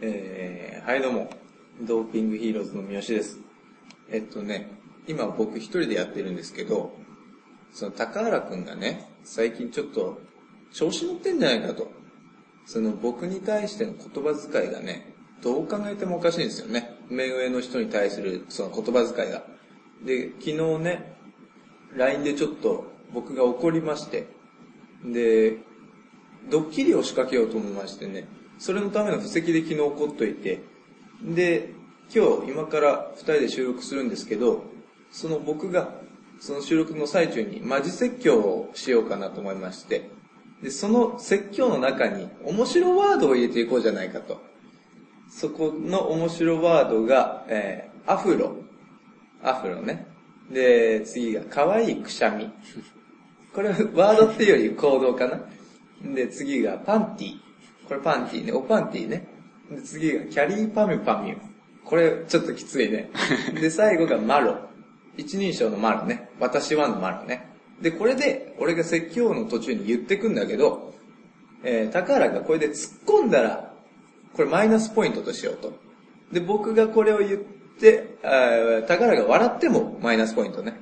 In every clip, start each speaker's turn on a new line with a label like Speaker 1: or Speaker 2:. Speaker 1: えー、はいどうも、ドーピングヒーローズの三好です。えっとね、今僕一人でやってるんですけど、その高原くんがね、最近ちょっと調子乗ってんじゃないかと。その僕に対しての言葉遣いがね、どう考えてもおかしいんですよね。目上の人に対するその言葉遣いが。で、昨日ね、LINE でちょっと僕が怒りまして、で、ドッキリを仕掛けようと思いましてね、それのための布石で昨日怒っといて、で、今日今から二人で収録するんですけど、その僕が、その収録の最中にマジ説教をしようかなと思いまして、で、その説教の中に面白ワードを入れていこうじゃないかと。そこの面白ワードが、えー、アフロ。アフロね。で、次が、可愛いくしゃみ。これ、ワードっていうより行動かな。で、次が、パンティ。これパンティね。おパンティね。で、次が、キャリーパミュパミュ。これ、ちょっときついね。で、最後が、マロ。一人称のマロね。私はのマロね。で、これで、俺が説教の途中に言ってくんだけど、えー、高原がこれで突っ込んだら、これマイナスポイントとしようと。で、僕がこれを言って、あー高原が笑ってもマイナスポイントね。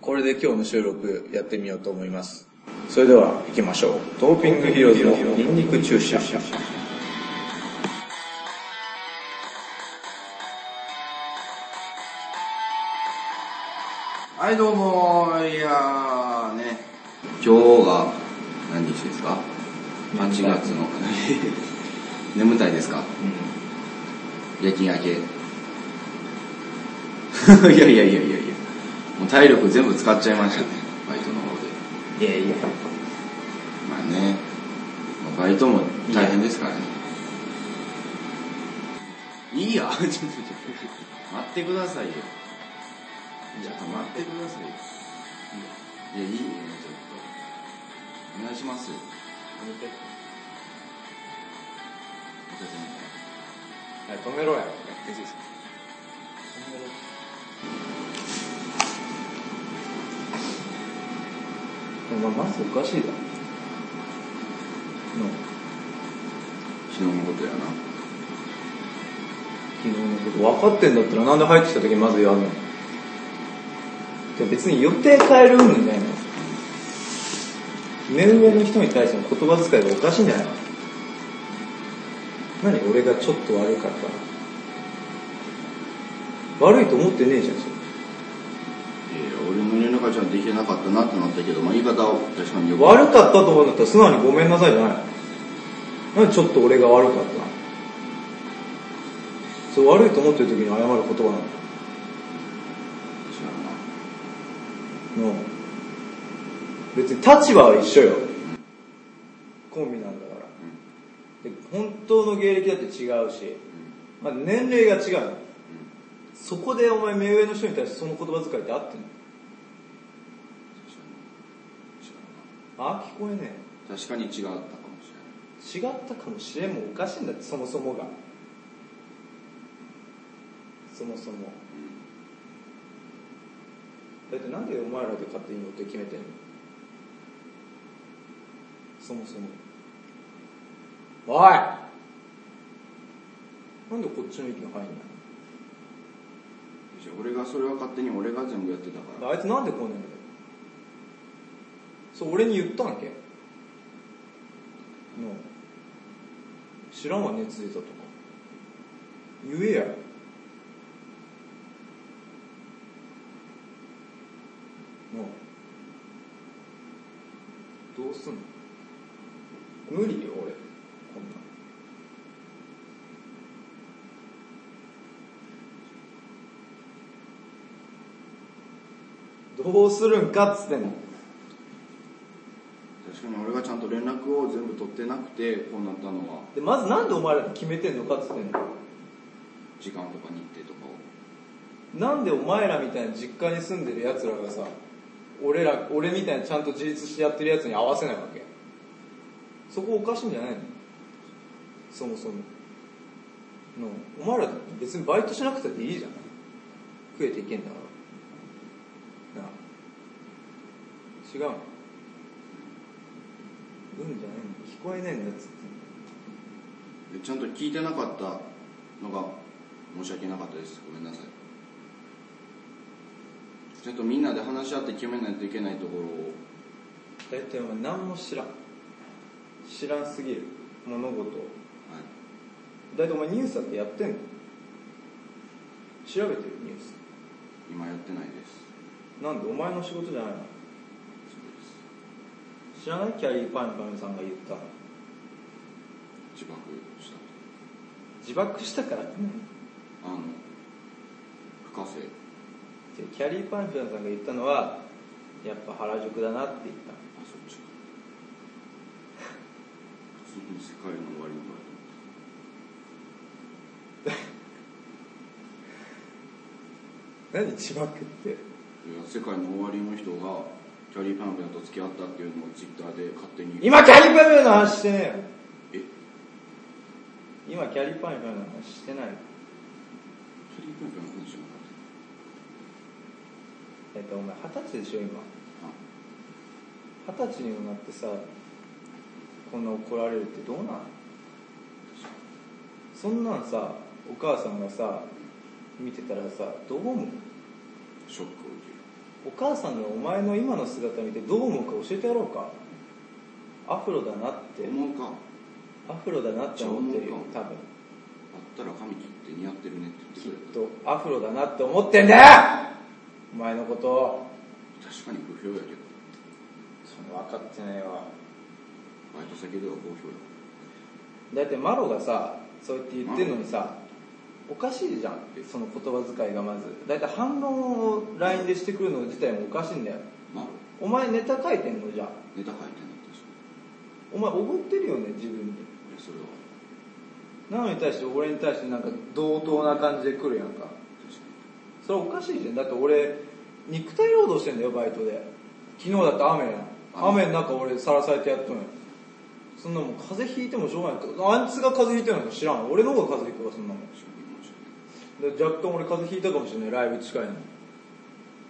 Speaker 1: これで今日の収録やってみようと思います。それでは行きましょう。ドーピングヒーローズのニンニク注射。
Speaker 2: はい、どうもいやーね。今日が、何日ですか ?8 月の。 眠たいですか夜勤明 け。いやいやいやいやいや。もう体力全部使っちゃいましたね。バイトの方で。
Speaker 1: いやいや、
Speaker 2: まあね。まあバイトも大変ですからね。いいや。ちょっとちょっと待ってくださいよ。ちょっと待ってくださいよ。いや、いいよ、ちょっと。お願いしますよ。ちょっと
Speaker 1: 止めろや。お前マスクおかしいだろ。の
Speaker 2: 昨日のことやな。
Speaker 1: 昨日のこと分かってんだったらなんで入ってきた時にまずやるのでも別に予定変えるんじゃないの目上の人に対しての言葉遣いがおかしいんじゃないの何俺がちょっと悪かったら悪いと思ってねえじゃんそれ
Speaker 2: いやいや、俺の連絡がちゃんとできてなかったなってなったけど、まあ言い方を確かによく。
Speaker 1: 悪かったと思うんだったら素直にごめんなさいじゃないのなんでちょっと俺が悪かったのそう悪いと思ってる時に謝る言葉なの
Speaker 2: 知らんな。
Speaker 1: の別に立場は一緒よコンビなんだから、で本当の芸歴だって違うし、まあ、年齢が違うの、そこでお前目上の人に対してその言葉遣いって合ってんのあ聞こえね
Speaker 2: 確かに違ったかもしれな
Speaker 1: え違
Speaker 2: い。
Speaker 1: ったかもしれんもおかしいんだってそもそもがそもそもだってなんでお前らで勝手に予定決めてんのそもそもおいなんでこっちの意見入んない
Speaker 2: じゃあ俺がそれは勝手に俺が全部やってたから。
Speaker 1: のあいつなんで来ねえんだよそう俺に言ったんけの知らんわ熱出たとか言えやのどうすんの無理よ俺こんなんどうするんかっつってんの
Speaker 2: 確かに俺がちゃんと連絡を全部取ってなくて、こうなったのは、
Speaker 1: でまずなんでお前ら決めてんのかっつってんの
Speaker 2: 時間とか日程とか
Speaker 1: な
Speaker 2: を。
Speaker 1: んでお前らみたいな実家に住んでる奴らがさ俺ら俺みたいにちゃんと自立してやってる奴に合わせないわけそこおかしいんじゃないのそもそものお前ら別にバイトしなくたっていいじゃん食えていけんだからなあ違うのうんじゃないの聞こえないんだっつってん
Speaker 2: えちゃんと聞いてなかったのが申し訳なかったですごめんなさいちゃんとみんなで話し合って決めないといけないところを
Speaker 1: 大体お前何も知らん。知らんすぎる。物事を。
Speaker 2: はい
Speaker 1: 大体お前ニュースだってやってんの調べてるニュース。
Speaker 2: 今やってないです
Speaker 1: なんでお前の仕事じゃないの知らないキャリーパンのンさんが言ったの
Speaker 2: 自爆した
Speaker 1: 自爆したからって何
Speaker 2: あの不可生
Speaker 1: じゃあキャリーパンフィアンさんが言ったのは、やっぱ原宿だなって言ったの。
Speaker 2: あそっちか普通に世界の終わりの場合
Speaker 1: 何自爆って。
Speaker 2: いや世界の終わりの人がキャリーパンペンと付き合ったっていうのをツイッターで勝手に
Speaker 1: 今キャリーパンフィアンの話してね
Speaker 2: えキャリー
Speaker 1: えよ。今キャリーパンフィアンの話してないの。
Speaker 2: パンペンの話じゃなかっ
Speaker 1: えっと、お前二十歳でしょ、今。
Speaker 2: たあ
Speaker 1: 二十歳にもなってさこんな怒られるってどうなんそんなんさお母さんがさ見てたらさどう思う
Speaker 2: ショックを受ける
Speaker 1: お母さんがお前の今の姿見てどう思うか教えてやろうかアフロだなって
Speaker 2: 思うかあっ
Speaker 1: アフロだなって思ってるよ
Speaker 2: じ
Speaker 1: 多分
Speaker 2: たら髪切って似合ってるねって
Speaker 1: きっ
Speaker 2: 言ってくれ
Speaker 1: とアフロだなって思ってんだよお前のこと
Speaker 2: た確かに不評やけど
Speaker 1: その分かってないわ
Speaker 2: バイト先では好評だ
Speaker 1: だってマロがさそうやって言ってるのにさおかしいじゃんその言葉遣いがまずだいたい反論を LINE でしてくるの自体もおかしいんだよ
Speaker 2: まあ
Speaker 1: お前ネタ書いてんのじゃあ
Speaker 2: ネタ書いてなかったし
Speaker 1: お前おごってるよね自分に
Speaker 2: いやそれは
Speaker 1: なのに対して俺に対してなんか同等な感じで来るやんか
Speaker 2: 確かに
Speaker 1: それおかしいじゃんだって俺肉体労働してんだよバイトで昨日だって雨やん雨の中俺さらされてやっとんやんそんなもん風邪ひいてもしょうがないけどあいつが風邪ひいてないの知らん俺の方が風邪ひくわそんなもん
Speaker 2: 確かに申し訳ない
Speaker 1: で若干俺風邪ひいたかもしれないライブ近いのに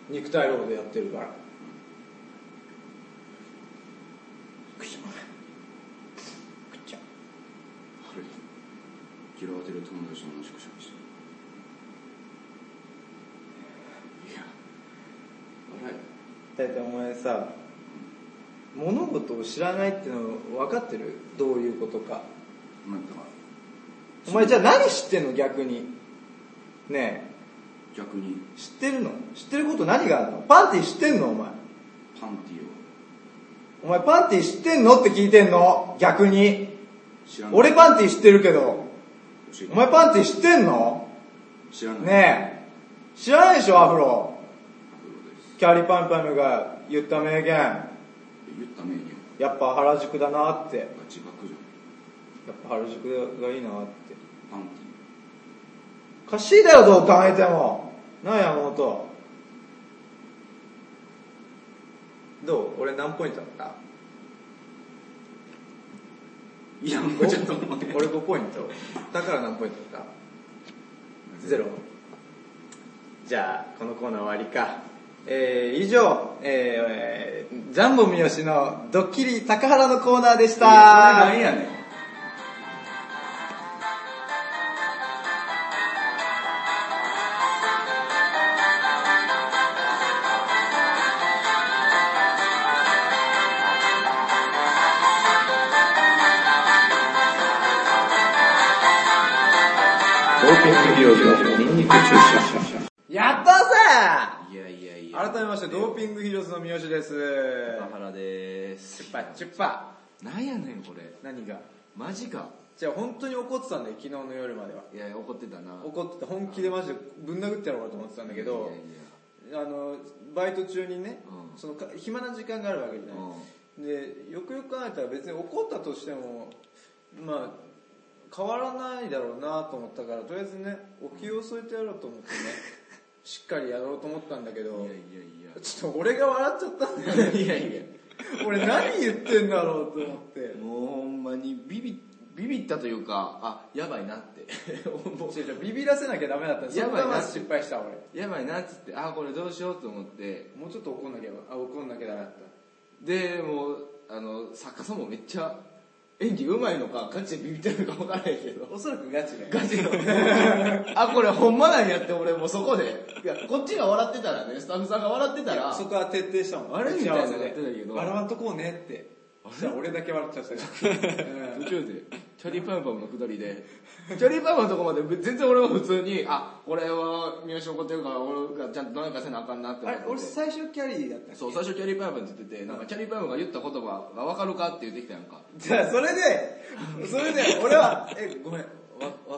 Speaker 1: 肉体労働やってるからくちゃくちゃ
Speaker 2: あれ嫌われてる友達の話くしゃくしゃいやあれ
Speaker 1: だいたいお前さ物事を知らないっての分かってるどういうことか
Speaker 2: なんか
Speaker 1: お前じゃあ何知ってんの逆にね
Speaker 2: 逆に
Speaker 1: え知ってるの知ってること何があるのパンティ知ってんのお前
Speaker 2: パンティを
Speaker 1: お前パンティ知ってんのって聞いてんの逆に
Speaker 2: 知らない
Speaker 1: 俺パンティ知ってるけど
Speaker 2: 教えて
Speaker 1: お前パンティ知ってんの
Speaker 2: 知らない
Speaker 1: ねえ、知らないでしょ、アフロ。
Speaker 2: アフロです
Speaker 1: キャリパンパムが言った名言、
Speaker 2: 言った名言が
Speaker 1: やっぱ原宿だなって。やっ
Speaker 2: 自爆じゃん
Speaker 1: ぱ原宿がいいなって。
Speaker 2: パンテ
Speaker 1: おかしいだよ、どう考えても。なあ、山本。どう俺何ポイントだった
Speaker 2: ィい やもうちょっと待って
Speaker 1: 俺5ポイント。だから何ポイントだったゼロ。じゃあ、このコーナー終わりか。えー、以上、えー、ジャンボ三好のドッキリ高原のコーナーでし
Speaker 2: いやそれ
Speaker 1: た。
Speaker 2: なんやねん
Speaker 1: 東京企業のニンニク注射。やったぜ
Speaker 2: いやいやいや
Speaker 1: 改めまして、ドーピングヒーローズの三好です。
Speaker 2: 高原でーす
Speaker 1: チュッパチュッパ。
Speaker 2: なんやねんこれ
Speaker 1: 何が
Speaker 2: マジか
Speaker 1: じゃあ本当に怒ってたんだよ、昨日の夜までは。
Speaker 2: いや怒ってたな
Speaker 1: 怒ってた、本気でマジでぶん殴ってやろうかと思ってたんだけど
Speaker 2: いや、いやいや
Speaker 1: あの、バイト中にね、
Speaker 2: うん
Speaker 1: そのか暇な時間があるわけじゃない。でよくよく考えたら別に怒ったとしてもまあ変わらないだろうなと思ったからとりあえずねお気を添えてやろうと思 ってねしっかりやろうと思ったんだけ
Speaker 2: う
Speaker 1: ど
Speaker 2: んいやいやいや
Speaker 1: ちょっと俺が笑っちゃったんだよね
Speaker 2: いやいや
Speaker 1: 俺何言ってんだろうと思って
Speaker 2: もうほんまにビビビビったというかあやばいなって 思う
Speaker 1: 違う違うビビらせなきゃダメだったそ
Speaker 2: や
Speaker 1: こ
Speaker 2: ばいな
Speaker 1: がまず失敗した俺
Speaker 2: やばいなっつってあこれどうしようと思って
Speaker 1: もうちょっと怒んなきゃあ怒んなきゃダメだっ
Speaker 2: でもうあの作家さんもめっちゃ演技上手いのか、ガチでビビってるのか分からへんけど。
Speaker 1: おそらくガチだよ。
Speaker 2: ガ チの。あ、これほんまなんやって俺もうそこで。いや、こっちが笑ってたらね、スタッフさんが笑ってたら、
Speaker 1: そこは徹底したもん。
Speaker 2: あれみたいなのやってたけど
Speaker 1: 打ち合わせで笑わんとこうねって。そしたら俺だけ笑っちゃ ったようん
Speaker 2: 途中で、チャリーパンパンの下りで、チャリーパンパンのとこまで全然俺は普通に、あ、これは三好怒ってるから俺がちゃんと何かせなあかんなって
Speaker 1: あ
Speaker 2: 思っ
Speaker 1: れ
Speaker 2: て、て。
Speaker 1: 俺最初キャリーだった
Speaker 2: そう、最初キャリーパンパンって言ってて、なんかキャリーパンパンが言った言葉がわかるかって言ってきたやんか。
Speaker 1: じゃあ、それで、それで、俺は、え、ごめん、わ、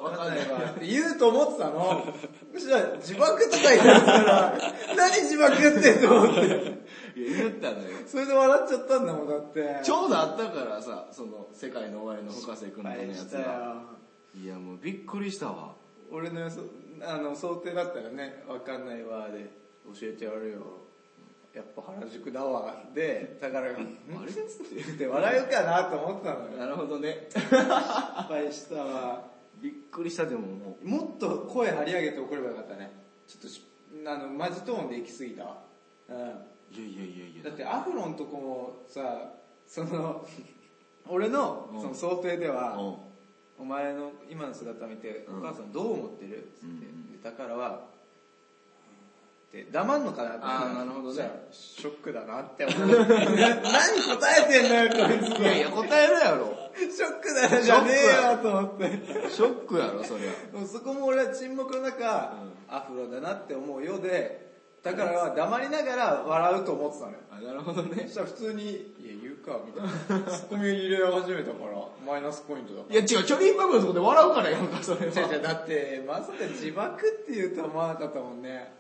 Speaker 1: わからないわ、って言うと思ってたの。そしたら、自爆とか言ったから、何自爆ってと思って。
Speaker 2: いや、言ったのよ。
Speaker 1: それで笑っちゃったんだもん、だって。
Speaker 2: ちょうどあったからさ、その、世界の終わりの深瀬君
Speaker 1: あ
Speaker 2: の
Speaker 1: れ
Speaker 2: や
Speaker 1: し
Speaker 2: つ
Speaker 1: た
Speaker 2: が。
Speaker 1: よ。
Speaker 2: いや、もうびっくりしたわ。
Speaker 1: 俺の予想、あの、想定だったらね、わかんないわ、で、教えてやるよ。やっぱ原宿だわ、で、だから、
Speaker 2: あれっつって。
Speaker 1: で、笑うかなと思ってたのよ。
Speaker 2: なるほどね。
Speaker 1: 失敗したわ。
Speaker 2: びっくりしたでもも
Speaker 1: もっと声張り上げて怒ればよかったね。ちょっとし、あの、マジトーンで行き過ぎたわ。う
Speaker 2: う。いやいやいやい
Speaker 1: ん。
Speaker 2: や。
Speaker 1: だってアフロンとこもさ、その、 俺の
Speaker 2: うん
Speaker 1: その想定では、
Speaker 2: うん。
Speaker 1: お前の今の姿見て、
Speaker 2: うん
Speaker 1: お母さんどう思ってるつって、
Speaker 2: うん
Speaker 1: でだからは、って黙んのかなって。
Speaker 2: あーなるほどね
Speaker 1: じゃあショックだなって思う。な 何答えてんだよ、こいつ。
Speaker 2: いやいや、答えるやろ。
Speaker 1: ショックだな、じゃねえよ、と思って。
Speaker 2: ショックやろ、そりゃ。
Speaker 1: でもそこも俺は沈黙の中、
Speaker 2: うん
Speaker 1: アフロだなって思うようで、だから黙りながら笑うと思ってたのよ。
Speaker 2: あ、なるほど
Speaker 1: そ
Speaker 2: ね。
Speaker 1: したら普通に、いや言うか、みたい な。ツッコミを入れ始めたから、マイナスポイントだ。
Speaker 2: いや違う、チョリーパブのとこで笑うからやんか、それ
Speaker 1: じゃじ
Speaker 2: は。
Speaker 1: ゃだって、まさか自爆って言うとは思わなかったもんね。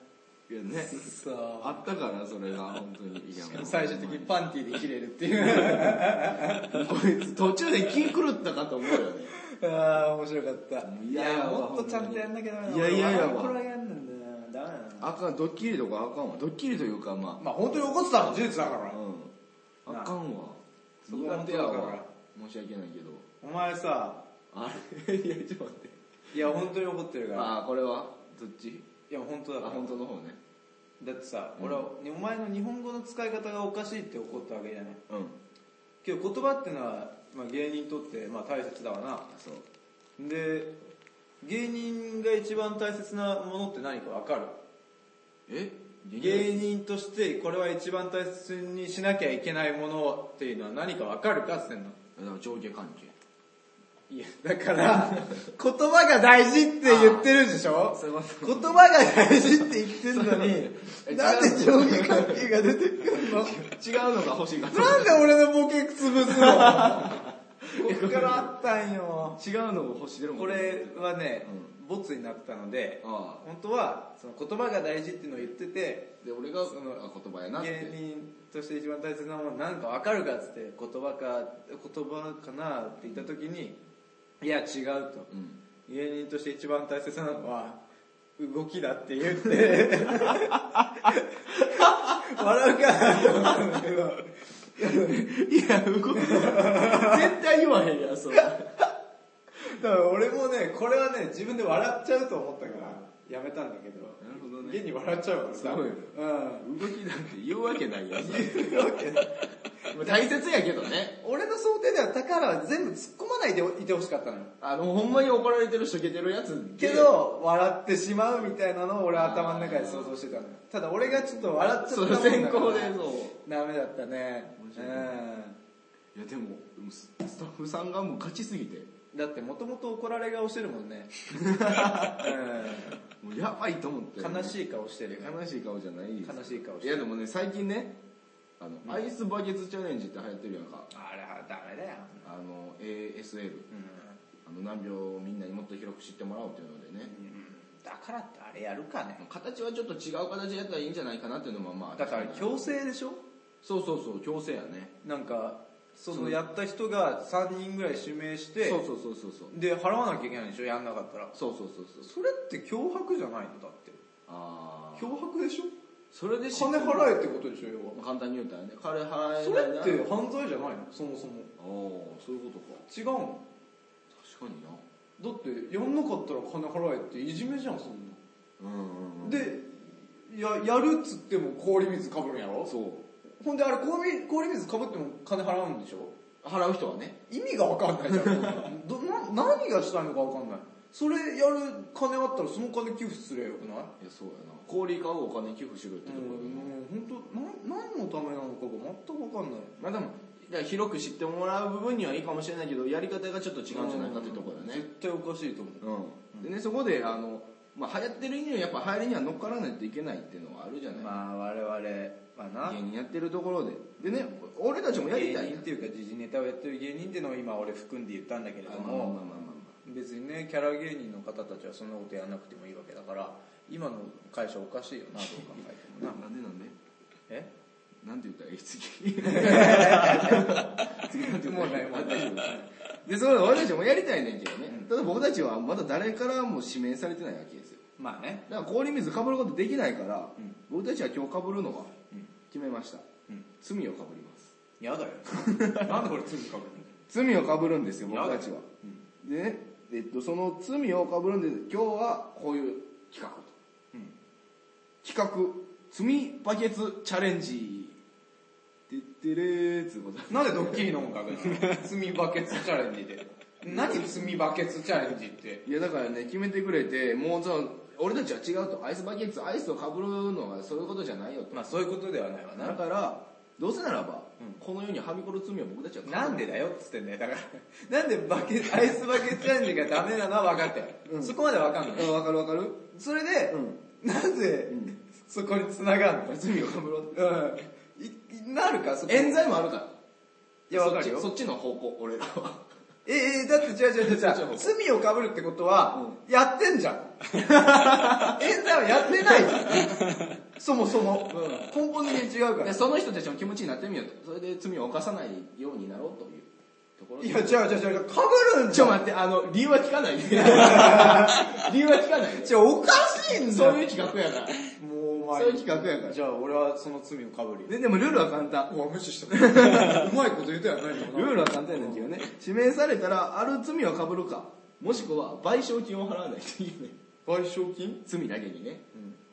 Speaker 2: いやね。
Speaker 1: そ
Speaker 2: あったから、それが、本当に。いや、も
Speaker 1: う。
Speaker 2: う
Speaker 1: 最終的にパンティーで切れるって いう。
Speaker 2: こいつ、途中で気狂ったかと思うよね。
Speaker 1: ああ、面白かった。
Speaker 2: もう
Speaker 1: い
Speaker 2: 嫌や
Speaker 1: や、
Speaker 2: わ
Speaker 1: もっとちゃんとやんなきゃダメだ
Speaker 2: いや嫌やわ
Speaker 1: これはやんなんだよな。ダメだな。
Speaker 2: あかん、ドッキリとかあかんわ。ドッキリというか、ま
Speaker 1: まあ本当に怒ってたの事実だから
Speaker 2: あ、。うん。あかんわ。
Speaker 1: そこは
Speaker 2: 苦手やわ。申し訳ないけど。
Speaker 1: お前さ、
Speaker 2: あれ いや、ちょっと待って。
Speaker 1: いや、本当に怒ってるから。
Speaker 2: あー、これはどっち
Speaker 1: いや、本当
Speaker 2: あ、
Speaker 1: だから。
Speaker 2: 本当の方ね。
Speaker 1: だってさ、
Speaker 2: うん
Speaker 1: 俺は、お前の日本語の使い方がおかしいって怒ったわけじゃない。
Speaker 2: うん。
Speaker 1: けど言葉ってのは、まあ、芸人にとって、まあ、大切だわ
Speaker 2: そう。
Speaker 1: な。で、芸人が一番大切なものって何かわかる
Speaker 2: え芸
Speaker 1: 芸人としてこれは一番大切にしなきゃいけないものっていうのは何かわかるかって言ってんの。
Speaker 2: だから上下関係。
Speaker 1: いや、だから、言葉が大事って言ってるでしょ
Speaker 2: そういうこと
Speaker 1: 言葉が大事って言ってるの
Speaker 2: そう
Speaker 1: に、なんで上下関係が出てくるの
Speaker 2: 違うのが欲しいか
Speaker 1: なんで俺のボケ潰すのこっからあったんよ。
Speaker 2: 違うのを欲してるもん
Speaker 1: これはね、ボツになったので、
Speaker 2: あ
Speaker 1: 本当はその言葉が大事っていうのを言ってて、
Speaker 2: あで俺がそのあ言葉やなって
Speaker 1: 芸人として一番大切なものなんかわかるかっつって、言葉か、言葉かなって言った時に、いや違うと。
Speaker 2: うん
Speaker 1: 芸人として一番大切なのは、動きだって言って、笑 うかなと思ったんだけど、
Speaker 2: いや動く絶対言わへんやんそれ
Speaker 1: だから俺もね、これはね、自分で笑っちゃうと思ったから、やめたんだけど、
Speaker 2: なるほどね
Speaker 1: 現に笑っちゃうから
Speaker 2: す
Speaker 1: さ、
Speaker 2: ごいよ
Speaker 1: うん。
Speaker 2: 動きなんて言うわけな いやんそれ
Speaker 1: というわけで
Speaker 2: まあ 大切やけどね
Speaker 1: 俺の想定では高原は全部突っ込まないでいてほしかったのよ。
Speaker 2: あのほんまに怒られてる人ゲてるやつ
Speaker 1: けど、笑ってしまうみたいなのを俺は頭の中で想像してたのよ。ただ俺がちょっと笑っちゃった
Speaker 2: そ
Speaker 1: もん
Speaker 2: の
Speaker 1: だから
Speaker 2: 先行でそ
Speaker 1: ダメだったね。
Speaker 2: 面
Speaker 1: う
Speaker 2: 白い
Speaker 1: ん。
Speaker 2: ういやでもススタッフさんがもう勝ちすぎて
Speaker 1: だってもともと怒られ顔してるもん ね。
Speaker 2: もうやばいと思って
Speaker 1: うん、悲
Speaker 2: い
Speaker 1: しい顔してるよ。
Speaker 2: 悲しい顔じゃないです
Speaker 1: 悲しい顔して
Speaker 2: いや
Speaker 1: る。
Speaker 2: でもね最近ねあのアイスバケツチャレンジって流行ってるやんか
Speaker 1: あれはダメだよ。
Speaker 2: あの ASL
Speaker 1: うん
Speaker 2: あの難病をみんなにもっと広く知ってもらおうというのでね、
Speaker 1: だからってあれやるかね。
Speaker 2: 形はちょっと違う形でやったらいいんじゃないかなっていうのもまあ
Speaker 1: だから強制でしょ
Speaker 2: そうそうそう強制やね
Speaker 1: なんか、そのやった人が3人ぐらい指名して、
Speaker 2: そうそうそうそうそう
Speaker 1: で、払わなきゃいけないでしょやんなかったら。
Speaker 2: そうそうそうそう
Speaker 1: それって脅迫じゃないのだって。
Speaker 2: ああ
Speaker 1: 脅迫でしょ
Speaker 2: それで知っ
Speaker 1: 金
Speaker 2: て
Speaker 1: 払えってことでしょ要は。
Speaker 2: 簡単に言うたらね彼払え
Speaker 1: そ
Speaker 2: ないな
Speaker 1: れって犯罪じゃないのそもそも。
Speaker 2: ああそういうことか
Speaker 1: 違うの
Speaker 2: 確かにな
Speaker 1: だって、やんなかったら金払えっていじめじゃん、そんな。
Speaker 2: うんうんうん
Speaker 1: で、や、やるっつっても氷水かぶるんやろ
Speaker 2: そう
Speaker 1: ほんであれ氷、氷水かぶっても金払うんでしょ
Speaker 2: 払う人はね。意味がわかんないじゃ ん。どな何がしたいのかわかんない。それやる金あったらその金寄付すりゃよくない
Speaker 3: いや、そうやな。
Speaker 2: 氷買うお金寄付しろって
Speaker 3: と
Speaker 2: と
Speaker 3: こ
Speaker 2: こ
Speaker 3: ろ
Speaker 2: ろ
Speaker 3: だよね
Speaker 2: 本当な何のためなのかが全く分かんないまあでもだから広く知ってもらう部分にはいいかもしれないけどやり方がちょっと違うんじゃないかってところだね
Speaker 1: 絶対おかしいと思う。
Speaker 2: うんでねそこであの、まあ、流行ってるにはやっぱ流行りには乗っからないといけないっていうのはあるじゃない、
Speaker 1: まあ我々はな、
Speaker 2: 芸人やってるところででね俺たちもやりた
Speaker 1: 芸
Speaker 2: い
Speaker 1: 人
Speaker 2: やん
Speaker 1: っていうか時事ネタをやってる芸人っていうのを今俺含んで言ったんだけれ
Speaker 2: あ
Speaker 1: ど
Speaker 2: まあまあま
Speaker 1: も
Speaker 2: あま
Speaker 1: 別にねキャラ芸人の方たちはそんなことやらなくてもいいわけだから今の会社おかしいよなどう考えても
Speaker 3: な
Speaker 1: な
Speaker 3: なんでなんで
Speaker 1: え
Speaker 3: なんて言ったらいい次。次なんて言ったらいい
Speaker 1: もうないもうない
Speaker 2: あでそれ俺たちもやりたいねんけどね、ただ僕たちはまだ誰からも指名されてないわけですよ
Speaker 1: まあね
Speaker 2: だから氷水かぶることできないから、
Speaker 1: うん
Speaker 2: 僕たちは今日かぶるのは
Speaker 1: うん
Speaker 2: 決めました、
Speaker 1: うん
Speaker 2: 罪をかぶります
Speaker 1: やだよ なんで俺罪かぶ
Speaker 2: 罪をかぶるんですよ
Speaker 1: やだ
Speaker 2: 僕たちは、でね、えっと、その罪をかぶるんで今日はこういう企画と、
Speaker 1: うん
Speaker 2: 企画罪バケツチャレンジてってれーっつうこと
Speaker 1: るなんでドッキリの音楽な の罪バケツチャレンジで何罪バケツチャレンジって
Speaker 2: いやだからね決めてくれてもうその俺たちは違うとアイスバケツアイスをかぶるのはそういうことじゃないよと
Speaker 1: まあそういうことではないわ
Speaker 2: だ
Speaker 1: な
Speaker 2: からどうせならば、
Speaker 1: うん
Speaker 2: この世にはみこる罪を僕たちは
Speaker 1: なんでだよっつってんだよだから なんでバケアイスバケツチャレンジがダメなのは分かってる、
Speaker 2: うん
Speaker 1: そこまで分かんない、
Speaker 2: うんわかるわかる
Speaker 1: それで、
Speaker 2: うん
Speaker 1: なんで、
Speaker 2: ん
Speaker 1: そこに繋がんの
Speaker 2: 罪をかぶろうって
Speaker 1: うんいい。なるか、そこ。
Speaker 2: 冤罪もあるから
Speaker 1: いや、わかるよ
Speaker 2: そ。っちそっちの方向俺らは
Speaker 1: え、え、だって違う違う違う違う。罪を被るってことは、やってん じゃん。冤罪はやってないじゃん。そもそも。根本的に違うか
Speaker 2: で
Speaker 1: ら。
Speaker 2: その人たちの気持ちになってみようとそれで罪を犯さないようになろうというところ
Speaker 1: い
Speaker 2: で
Speaker 1: や、違う違う違う。被るん
Speaker 2: ち
Speaker 1: じゃ
Speaker 2: ょ
Speaker 1: ん。
Speaker 2: 待ってあの理由は聞か ないで理由は聞かないで
Speaker 1: じゃおかしいんだ
Speaker 2: そう
Speaker 1: よ。
Speaker 2: いう企画やから
Speaker 1: もうお前。
Speaker 2: そういう企画やから
Speaker 1: じゃあ俺はその罪を被るよ。
Speaker 2: ででもルールは簡単
Speaker 1: うわ、無視 した。うまいこと言うたやない
Speaker 2: ルールは簡単やねんけどね指名されたらある罪をかぶるかもしくは賠償金を払わないといけない
Speaker 1: 賠償金
Speaker 2: 罪だけにね、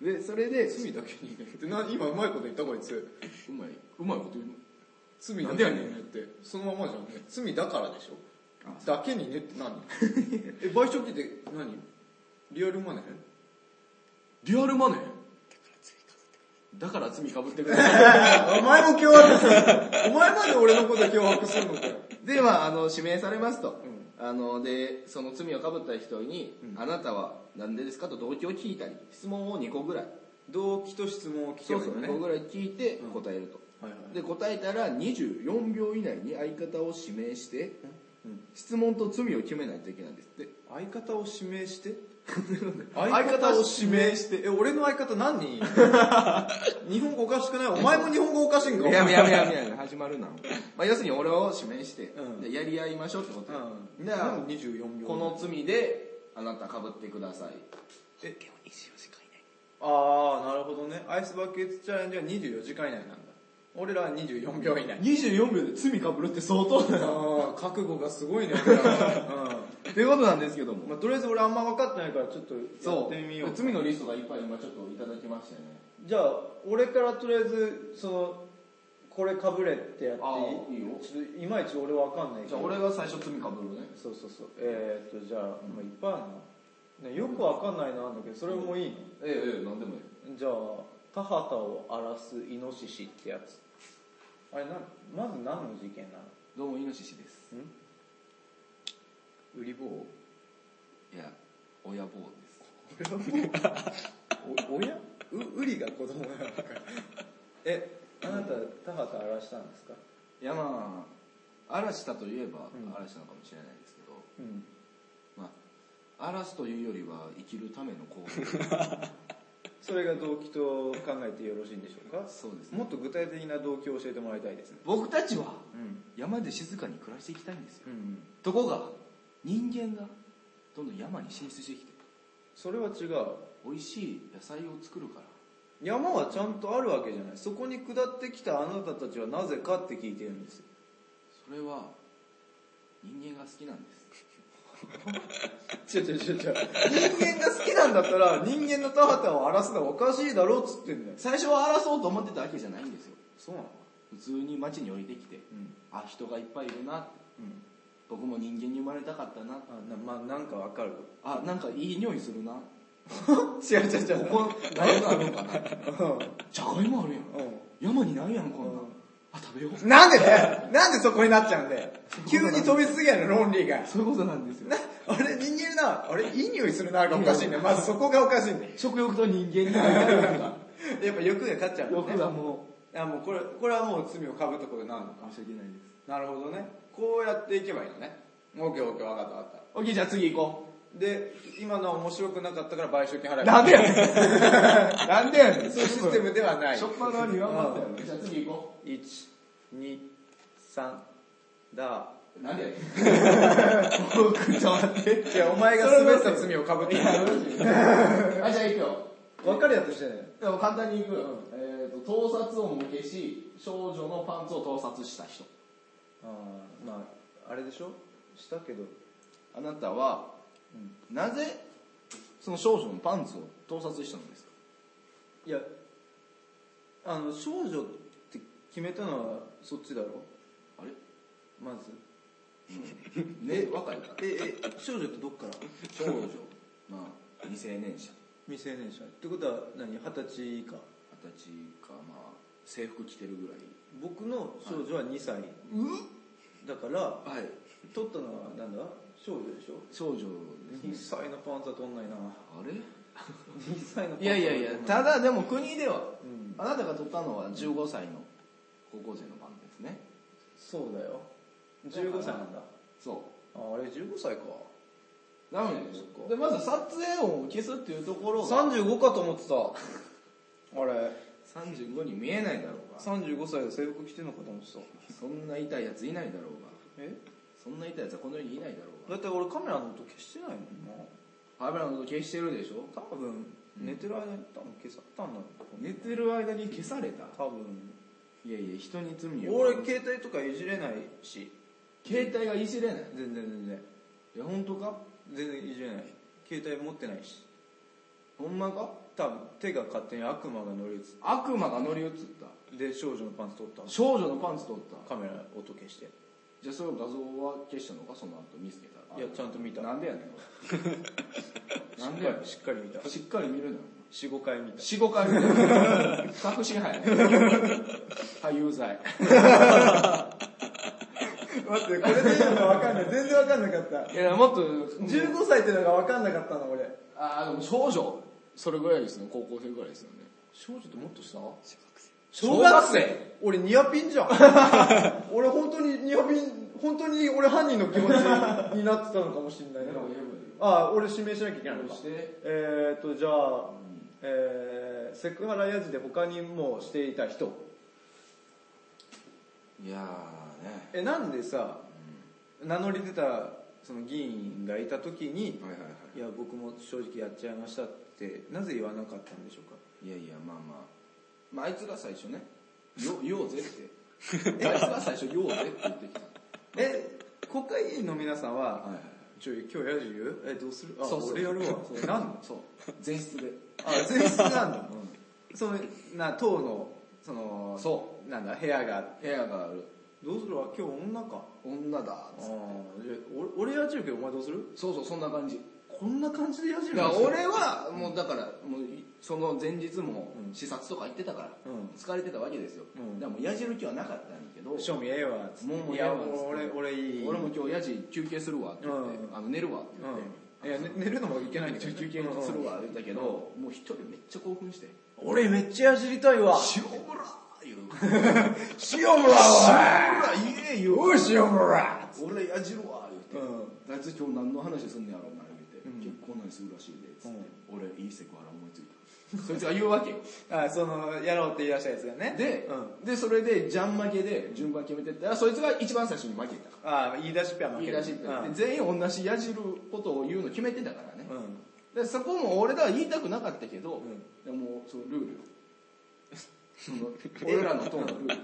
Speaker 2: でそれで罪だけに
Speaker 1: ってな、今うまいこと言ったこいつ。
Speaker 2: うまいうまいこと言うの
Speaker 1: 罪だ
Speaker 2: なんで
Speaker 1: け
Speaker 2: や
Speaker 1: に
Speaker 2: ねん
Speaker 1: ねって、そのままじゃんね。罪だからでしょ。
Speaker 2: あそ
Speaker 1: だけにねって 何え、賠償金って何リアルマネー
Speaker 2: リアルマネーだから罪かぶってくる。
Speaker 1: お前も脅迫する。お前まで俺のこと脅迫するのかよ。
Speaker 2: で、まあ、あの、指名されますと。
Speaker 1: う
Speaker 2: あの、で、その罪をかぶった人に、あなたは何でですかと動機を聞いたり、質問を2個ぐらい。
Speaker 1: 動機と質問を聞け
Speaker 2: そう
Speaker 1: ばいい
Speaker 2: そう、
Speaker 1: のね。
Speaker 2: 2個ぐらい聞いて
Speaker 1: うん
Speaker 2: 答えると。
Speaker 1: はいはい
Speaker 2: で、答えたら24秒以内に相方を指名して、
Speaker 1: うん
Speaker 2: 質問と罪を決めないといけないんですって。
Speaker 1: 相方を指名して
Speaker 2: 相方を指名
Speaker 1: して。え、俺の相方何 人いる日本語おかしくないお前も日本語おかしいんか
Speaker 2: やめやめやめやめ、始まるな。まあ、要するに俺を指名して、
Speaker 1: うん
Speaker 2: でやり合いましょうってこと。
Speaker 1: うん。
Speaker 2: じゃあ
Speaker 1: なんで24秒。
Speaker 2: この罪で、あなた被ってください。
Speaker 1: え、あー、なるほどね。アイスバケツチャレンジは24時間以内なんだ。俺らは24秒以内。
Speaker 2: 24秒で罪かぶるって相当だ
Speaker 1: あー、
Speaker 2: よ。
Speaker 1: 覚悟がすごいね。俺らは
Speaker 2: っていうことなんですけど
Speaker 1: うん。
Speaker 2: も。
Speaker 1: まあ、とりあえず俺あんま分かってないからちょっとや
Speaker 2: そ
Speaker 1: ってみよう
Speaker 2: う。。罪のリストがいっぱい今ちょっといただきましたね。
Speaker 1: じゃあ、俺からとりあえず、その、これかぶれってやって
Speaker 2: あ
Speaker 1: い
Speaker 2: ー
Speaker 1: い
Speaker 2: いいよ
Speaker 1: ちょっといまいち俺わかんないけ
Speaker 2: じ
Speaker 1: ど。
Speaker 2: ゃあ俺が最初罪かぶるね。
Speaker 1: そうそうそう。えーっと、じゃあ、まあ、いっぱいあるな。ね、よくわかんないな、なんだけど、それもいい
Speaker 2: ええ、ええ、なんでもいい。
Speaker 1: のじゃあ、田畑を荒らすイノシシってやつ。あれ、な、まず何の事件なの
Speaker 2: どうも、イノシシです。
Speaker 1: 売り棒
Speaker 2: いや、親棒です。
Speaker 1: お、親う、うりが子供なのか。え、あなた、田畑荒らしたんですか
Speaker 2: いや、まあ、嵐だといえば
Speaker 1: うん
Speaker 2: 嵐なのかもしれないですけど、
Speaker 1: うん。
Speaker 2: まあ、嵐というよりは生きるための行動。
Speaker 1: それが動機と考えてよろしいんでしょうか
Speaker 2: そうですね。
Speaker 1: もっと具体的な動機を教えてもらいたいですね。
Speaker 2: 僕たちは
Speaker 1: うん。
Speaker 2: 山で静かに暮らしていきたいんですよ。
Speaker 1: うん。
Speaker 2: とこが、人間がどんどん山に進出してきて、
Speaker 1: それは違う。
Speaker 2: 美味しい野菜を作るから、
Speaker 1: 山はちゃんとあるわけじゃない。そこに下ってきたあなたたちはなぜかって聞いてるんですよ。
Speaker 2: それは人間が好きなんです
Speaker 1: 違う違う違う違う。人間が好きなんだったら人間の田畑を荒らすのはおかしいだろうっつってんだよ。
Speaker 2: 最初は争おうと思ってたわけじゃないんですよ
Speaker 1: そうなの
Speaker 2: 普通に街に降りてきて、
Speaker 1: うん
Speaker 2: あ人がいっぱいいるな
Speaker 1: うん
Speaker 2: 僕も人間に生まれたかったな
Speaker 1: あなまあなんかわかる
Speaker 2: あなんかいい匂いするな
Speaker 1: 違う違う違う
Speaker 2: ここ何があるんかな
Speaker 1: う
Speaker 2: じゃがいもあるやん山にないやんこんなん
Speaker 1: うん
Speaker 2: あ食べようん
Speaker 1: なんでねなんでそこになっちゃうんだよ急に飛びすぎやろロンリーが
Speaker 2: そういうことなんですよ
Speaker 1: あれ人間なあれいい匂いするながおかしいねまずそこがおかしいね
Speaker 2: 食欲と人間になる欲 が
Speaker 1: やっぱ欲が勝っちゃうもんね
Speaker 2: 欲がも
Speaker 1: あもうこれこれはもう罪をかぶったことになるのか
Speaker 2: う申し訳ないです
Speaker 1: なるほどねこうやっていけばいいのねオッケーオッケーわかったわかっ
Speaker 2: オッケーじゃあ次行こ
Speaker 1: たで今のは面白くなかったから賠償金払
Speaker 2: う
Speaker 1: え
Speaker 2: なんでやねんなんでやねん
Speaker 1: そういうシステムではない
Speaker 2: しょっぱなに言わんかったよねじゃあ次行こ
Speaker 1: 123だ
Speaker 2: うなんでやねん僕ちょっと待って
Speaker 1: いやお前が滑った罪をかぶって
Speaker 2: い
Speaker 1: る
Speaker 2: やマジではいじゃあ行くよ
Speaker 1: 分かるやつしてない
Speaker 2: でも簡単にいく、えー、と盗撮音を向けし少女のパンツを盗撮した人
Speaker 1: あーまああれでしょしたけど
Speaker 2: あなたは、なぜその少女のパンツを盗撮したのですか
Speaker 1: いやあの少女って決めたのはそっちだろ
Speaker 2: あれ
Speaker 1: まず
Speaker 2: ね若いから
Speaker 1: ええ少女ってどっから
Speaker 2: 少 女まあ未成年者
Speaker 1: 未成年者ってことは何二十歳以下
Speaker 2: 二十歳かまあ制服着てるぐらい
Speaker 1: 僕の少女は2歳、だから
Speaker 2: はい
Speaker 1: 取ったのはなんだ少女でしょ
Speaker 2: 少女です
Speaker 1: 2歳のパンツは取んないな
Speaker 2: あれ
Speaker 1: 2歳のパンツ
Speaker 2: いやいやいや
Speaker 1: は取んない
Speaker 2: ただでも国では、
Speaker 1: うん
Speaker 2: あなたが撮ったのは15歳の高校生のパンツですね
Speaker 1: そうだよ15歳なんだ
Speaker 2: そう
Speaker 1: ああれ15歳か
Speaker 2: ダメですで、まず撮影音を消すっていうところが、
Speaker 1: 35かと思ってたあれ
Speaker 2: 35に見えないだろうが、
Speaker 1: 35歳で制服着てんのかと思ってた
Speaker 2: そんな痛いやついないだろうが、
Speaker 1: え
Speaker 2: そんな痛いやつはこの世にいないだろうが、
Speaker 1: だって俺カメラの音消してないもんな
Speaker 2: カメラの音消してるでしょ
Speaker 1: 多分寝てる間に多分消されたんだろう
Speaker 2: 寝てる間に消された
Speaker 1: 多分
Speaker 2: いやいや、人に罪を。
Speaker 1: 俺携帯とかいじれないし
Speaker 2: 携帯がいじれない。
Speaker 1: 全然全然
Speaker 2: いや、本当か
Speaker 1: 全然いじれない携帯持ってないし
Speaker 2: ほんまか
Speaker 1: 多分手が勝手に悪魔が乗り移っ
Speaker 2: 悪魔が乗り移った。
Speaker 1: てで少女のパンツ取った
Speaker 2: 少女のパンツ取った。
Speaker 1: カメラ音消して
Speaker 2: じゃあ、その画像は消したのかその後見つけたら。
Speaker 1: いやちゃんと見た
Speaker 2: なんでやねん、 俺なんでやね
Speaker 1: しっかり見た
Speaker 2: ん。しっかり見るなよ。
Speaker 1: 45回見た
Speaker 2: 四五回見たい。 確信犯や ね。俳優罪。
Speaker 1: 待ってこれでいいのか分かんない全然分かんなかった
Speaker 2: いや、もっと、
Speaker 1: 15歳ってのが分かんなかったの俺
Speaker 2: あ、でも少女、それぐらいですね。高校生ぐらいですよね。
Speaker 1: 少女ってもっとした
Speaker 2: 小
Speaker 1: 小
Speaker 2: 学
Speaker 1: 学
Speaker 2: 生
Speaker 1: 生俺ニアピンじゃん 俺本当にニアピン本当に俺犯人の気持ちになってたのかもしれないなああ俺指名しなきゃいけないのか
Speaker 2: して、
Speaker 1: えーっとじゃあ、えー、セクハラやじで他にもしていた人
Speaker 2: いやーね。
Speaker 1: えなんでさ名乗り出たその議員がいた時に
Speaker 2: はいはいはい
Speaker 1: や僕も正直やっちゃいましたってなぜ言わなかったんでしょう
Speaker 2: い。いやいや、まあまあ。まあ、あいつが最初ね、よ、ようぜ って。あいつが最初、ようぜって言ってきた。
Speaker 1: かえ国会議員の皆さんは、
Speaker 2: はいはい。
Speaker 1: ちょ今日やじ言うえどうするあ
Speaker 2: そうそう
Speaker 1: 俺やるわ
Speaker 2: そう
Speaker 1: なんの
Speaker 2: そう。前室で。
Speaker 1: あ前室なんだ、そのな党のその
Speaker 2: そ
Speaker 1: なんだ部屋があって
Speaker 2: 部屋がある。
Speaker 1: どうするわ今日女か
Speaker 2: 女だっ
Speaker 1: あ
Speaker 2: つ
Speaker 1: あ
Speaker 2: って。
Speaker 1: 俺やじるけどお前どうする
Speaker 2: そうそう、そんな感じ。
Speaker 1: こんな感じでやじる
Speaker 2: だから俺はもうだからもういその前日も
Speaker 1: うん
Speaker 2: 視察とか行ってたから
Speaker 1: うん
Speaker 2: 疲れてたわけですよ
Speaker 1: うん
Speaker 2: だからもうやじる気はなかったんやけど
Speaker 1: 賞味ええわつって
Speaker 2: もうもう
Speaker 1: いや
Speaker 2: ええわつって
Speaker 1: 俺俺いい
Speaker 2: 俺も今日やじ休憩するわって言って
Speaker 1: うん
Speaker 2: あの寝るわって言っ
Speaker 1: う
Speaker 2: て
Speaker 1: んいや、ね、寝るのもいけないんだけど
Speaker 2: 休憩するわって言ったけどもう一人めっちゃ興奮して
Speaker 1: 俺めっちゃやじりたいわ
Speaker 2: 「塩村!」 言う
Speaker 1: 塩村は
Speaker 2: 塩村言えよ
Speaker 1: おい塩村
Speaker 2: 俺やじるわ!」言うて
Speaker 1: うん
Speaker 2: 「あいつ今日何の話すんねやろお前」言
Speaker 1: うん
Speaker 2: うて「結婚何するらしいで」つって
Speaker 1: う
Speaker 2: 「俺いいセクハラ思いついた」 そいつが言うわけよ
Speaker 1: あそのやろうって言い出したやつがね
Speaker 2: で、
Speaker 1: うん、
Speaker 2: で、それで、ジャン負けで、順番決めてったら、そいつが一番最初に負けた。
Speaker 1: あ言い出しっぺは負
Speaker 2: 言
Speaker 1: け
Speaker 2: い
Speaker 1: る
Speaker 2: 出しって、
Speaker 1: うん
Speaker 2: で全員同じやじることを言うの決めてたからね。
Speaker 1: うん
Speaker 2: で、そこも俺らは言いたくなかったけど、
Speaker 1: ん
Speaker 2: でも、そのルー ルよ。その、俺らの党のルール。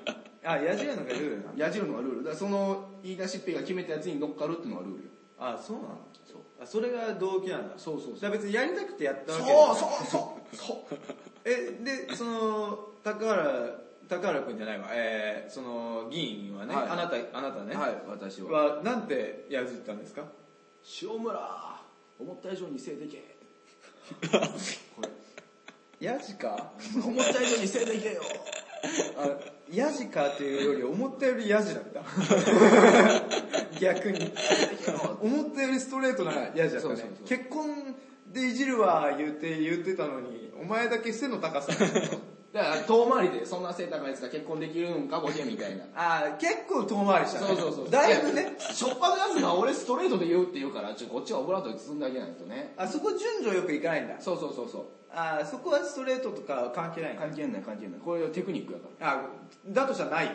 Speaker 1: あ、やじるのがルールなの
Speaker 2: やじるのがルール。だからその言い出しっぺが決めたやつに乗っかるっていうのがルールよ。
Speaker 1: あ、そうなの
Speaker 2: そう。
Speaker 1: あ、それが動機なんだ。
Speaker 2: そうそう
Speaker 1: じ
Speaker 2: そう。
Speaker 1: ゃあ別にやりたくてやった
Speaker 2: そう
Speaker 1: わけ
Speaker 2: そうそうそう
Speaker 1: え、で、その、高原高原くんじゃないわ、えー、その議員はね、
Speaker 2: はい
Speaker 1: あなた、あなたね、
Speaker 4: はい、私は。
Speaker 1: は、なんてやじったんですか
Speaker 2: 塩村思った以上に性 的
Speaker 1: やじか
Speaker 2: 思った以上に性的よ
Speaker 1: あやじかっていうより、思ったよりやじだ った。逆に。思ったよりストレートなやじだったね。
Speaker 2: そうそうそう
Speaker 1: 結婚でいじるわ、言って、言ってたのに、お前だけ背の 高さ。
Speaker 2: だから遠回りでそんな背高いやつが結婚できるんかボケみたいな
Speaker 1: あー結構遠回りしたね。
Speaker 2: そうそうそう
Speaker 1: だいぶね。
Speaker 2: しょっぱなやつが俺ストレートで言うって言うからちょこっちはオブラートに包んであげないとね
Speaker 1: あそこ順序よくいかないんだ。
Speaker 2: そうそうそうそう
Speaker 1: あーそこはストレートとか関係ないんだ。
Speaker 2: 関係ない関係ないこれテクニックやか
Speaker 1: あ、だとしたらない よ。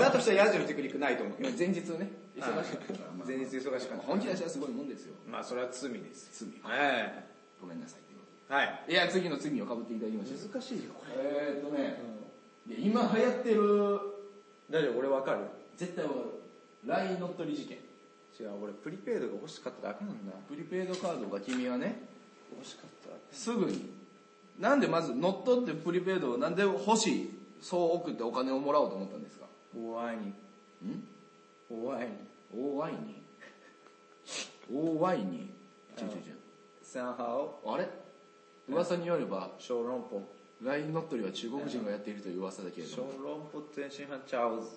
Speaker 1: だとしたらヤジのテクニックないと思うけど
Speaker 2: ら。前日ね忙しかった からまあ
Speaker 1: 前日忙しかった。
Speaker 2: 本気出しはすごいもんですよ
Speaker 1: まあそれは罪です。
Speaker 2: 罪
Speaker 1: え
Speaker 2: ごめんなさいっていうこ
Speaker 1: えはい。
Speaker 2: とでいや次の罪をかぶっていただきましょう
Speaker 1: 難しいよ、これ。
Speaker 2: えーっとね、いや今流行ってる
Speaker 1: 大丈夫、俺わかる
Speaker 2: 絶対わかる LINE 乗っ取り事件
Speaker 1: 違う、俺プリペイドが欲しかっただけなんだ。
Speaker 2: プリペイドカードが君はね
Speaker 1: 欲しかっただ
Speaker 2: すぐになんでまず乗っ取ってプリペイドをなんで欲しいそう送ってお金をもらおうと思ったんですか
Speaker 1: け。怖いに。
Speaker 2: ん
Speaker 1: 怖いに。
Speaker 2: 大いに大いに違う違う違
Speaker 1: サンハオ、
Speaker 2: うあれ噂によれば
Speaker 1: 小籠包。
Speaker 2: LINE 乗っ取りは中国人がやっているという噂だけれ
Speaker 1: 小
Speaker 2: ども
Speaker 1: 籠包天津飯チャオズ。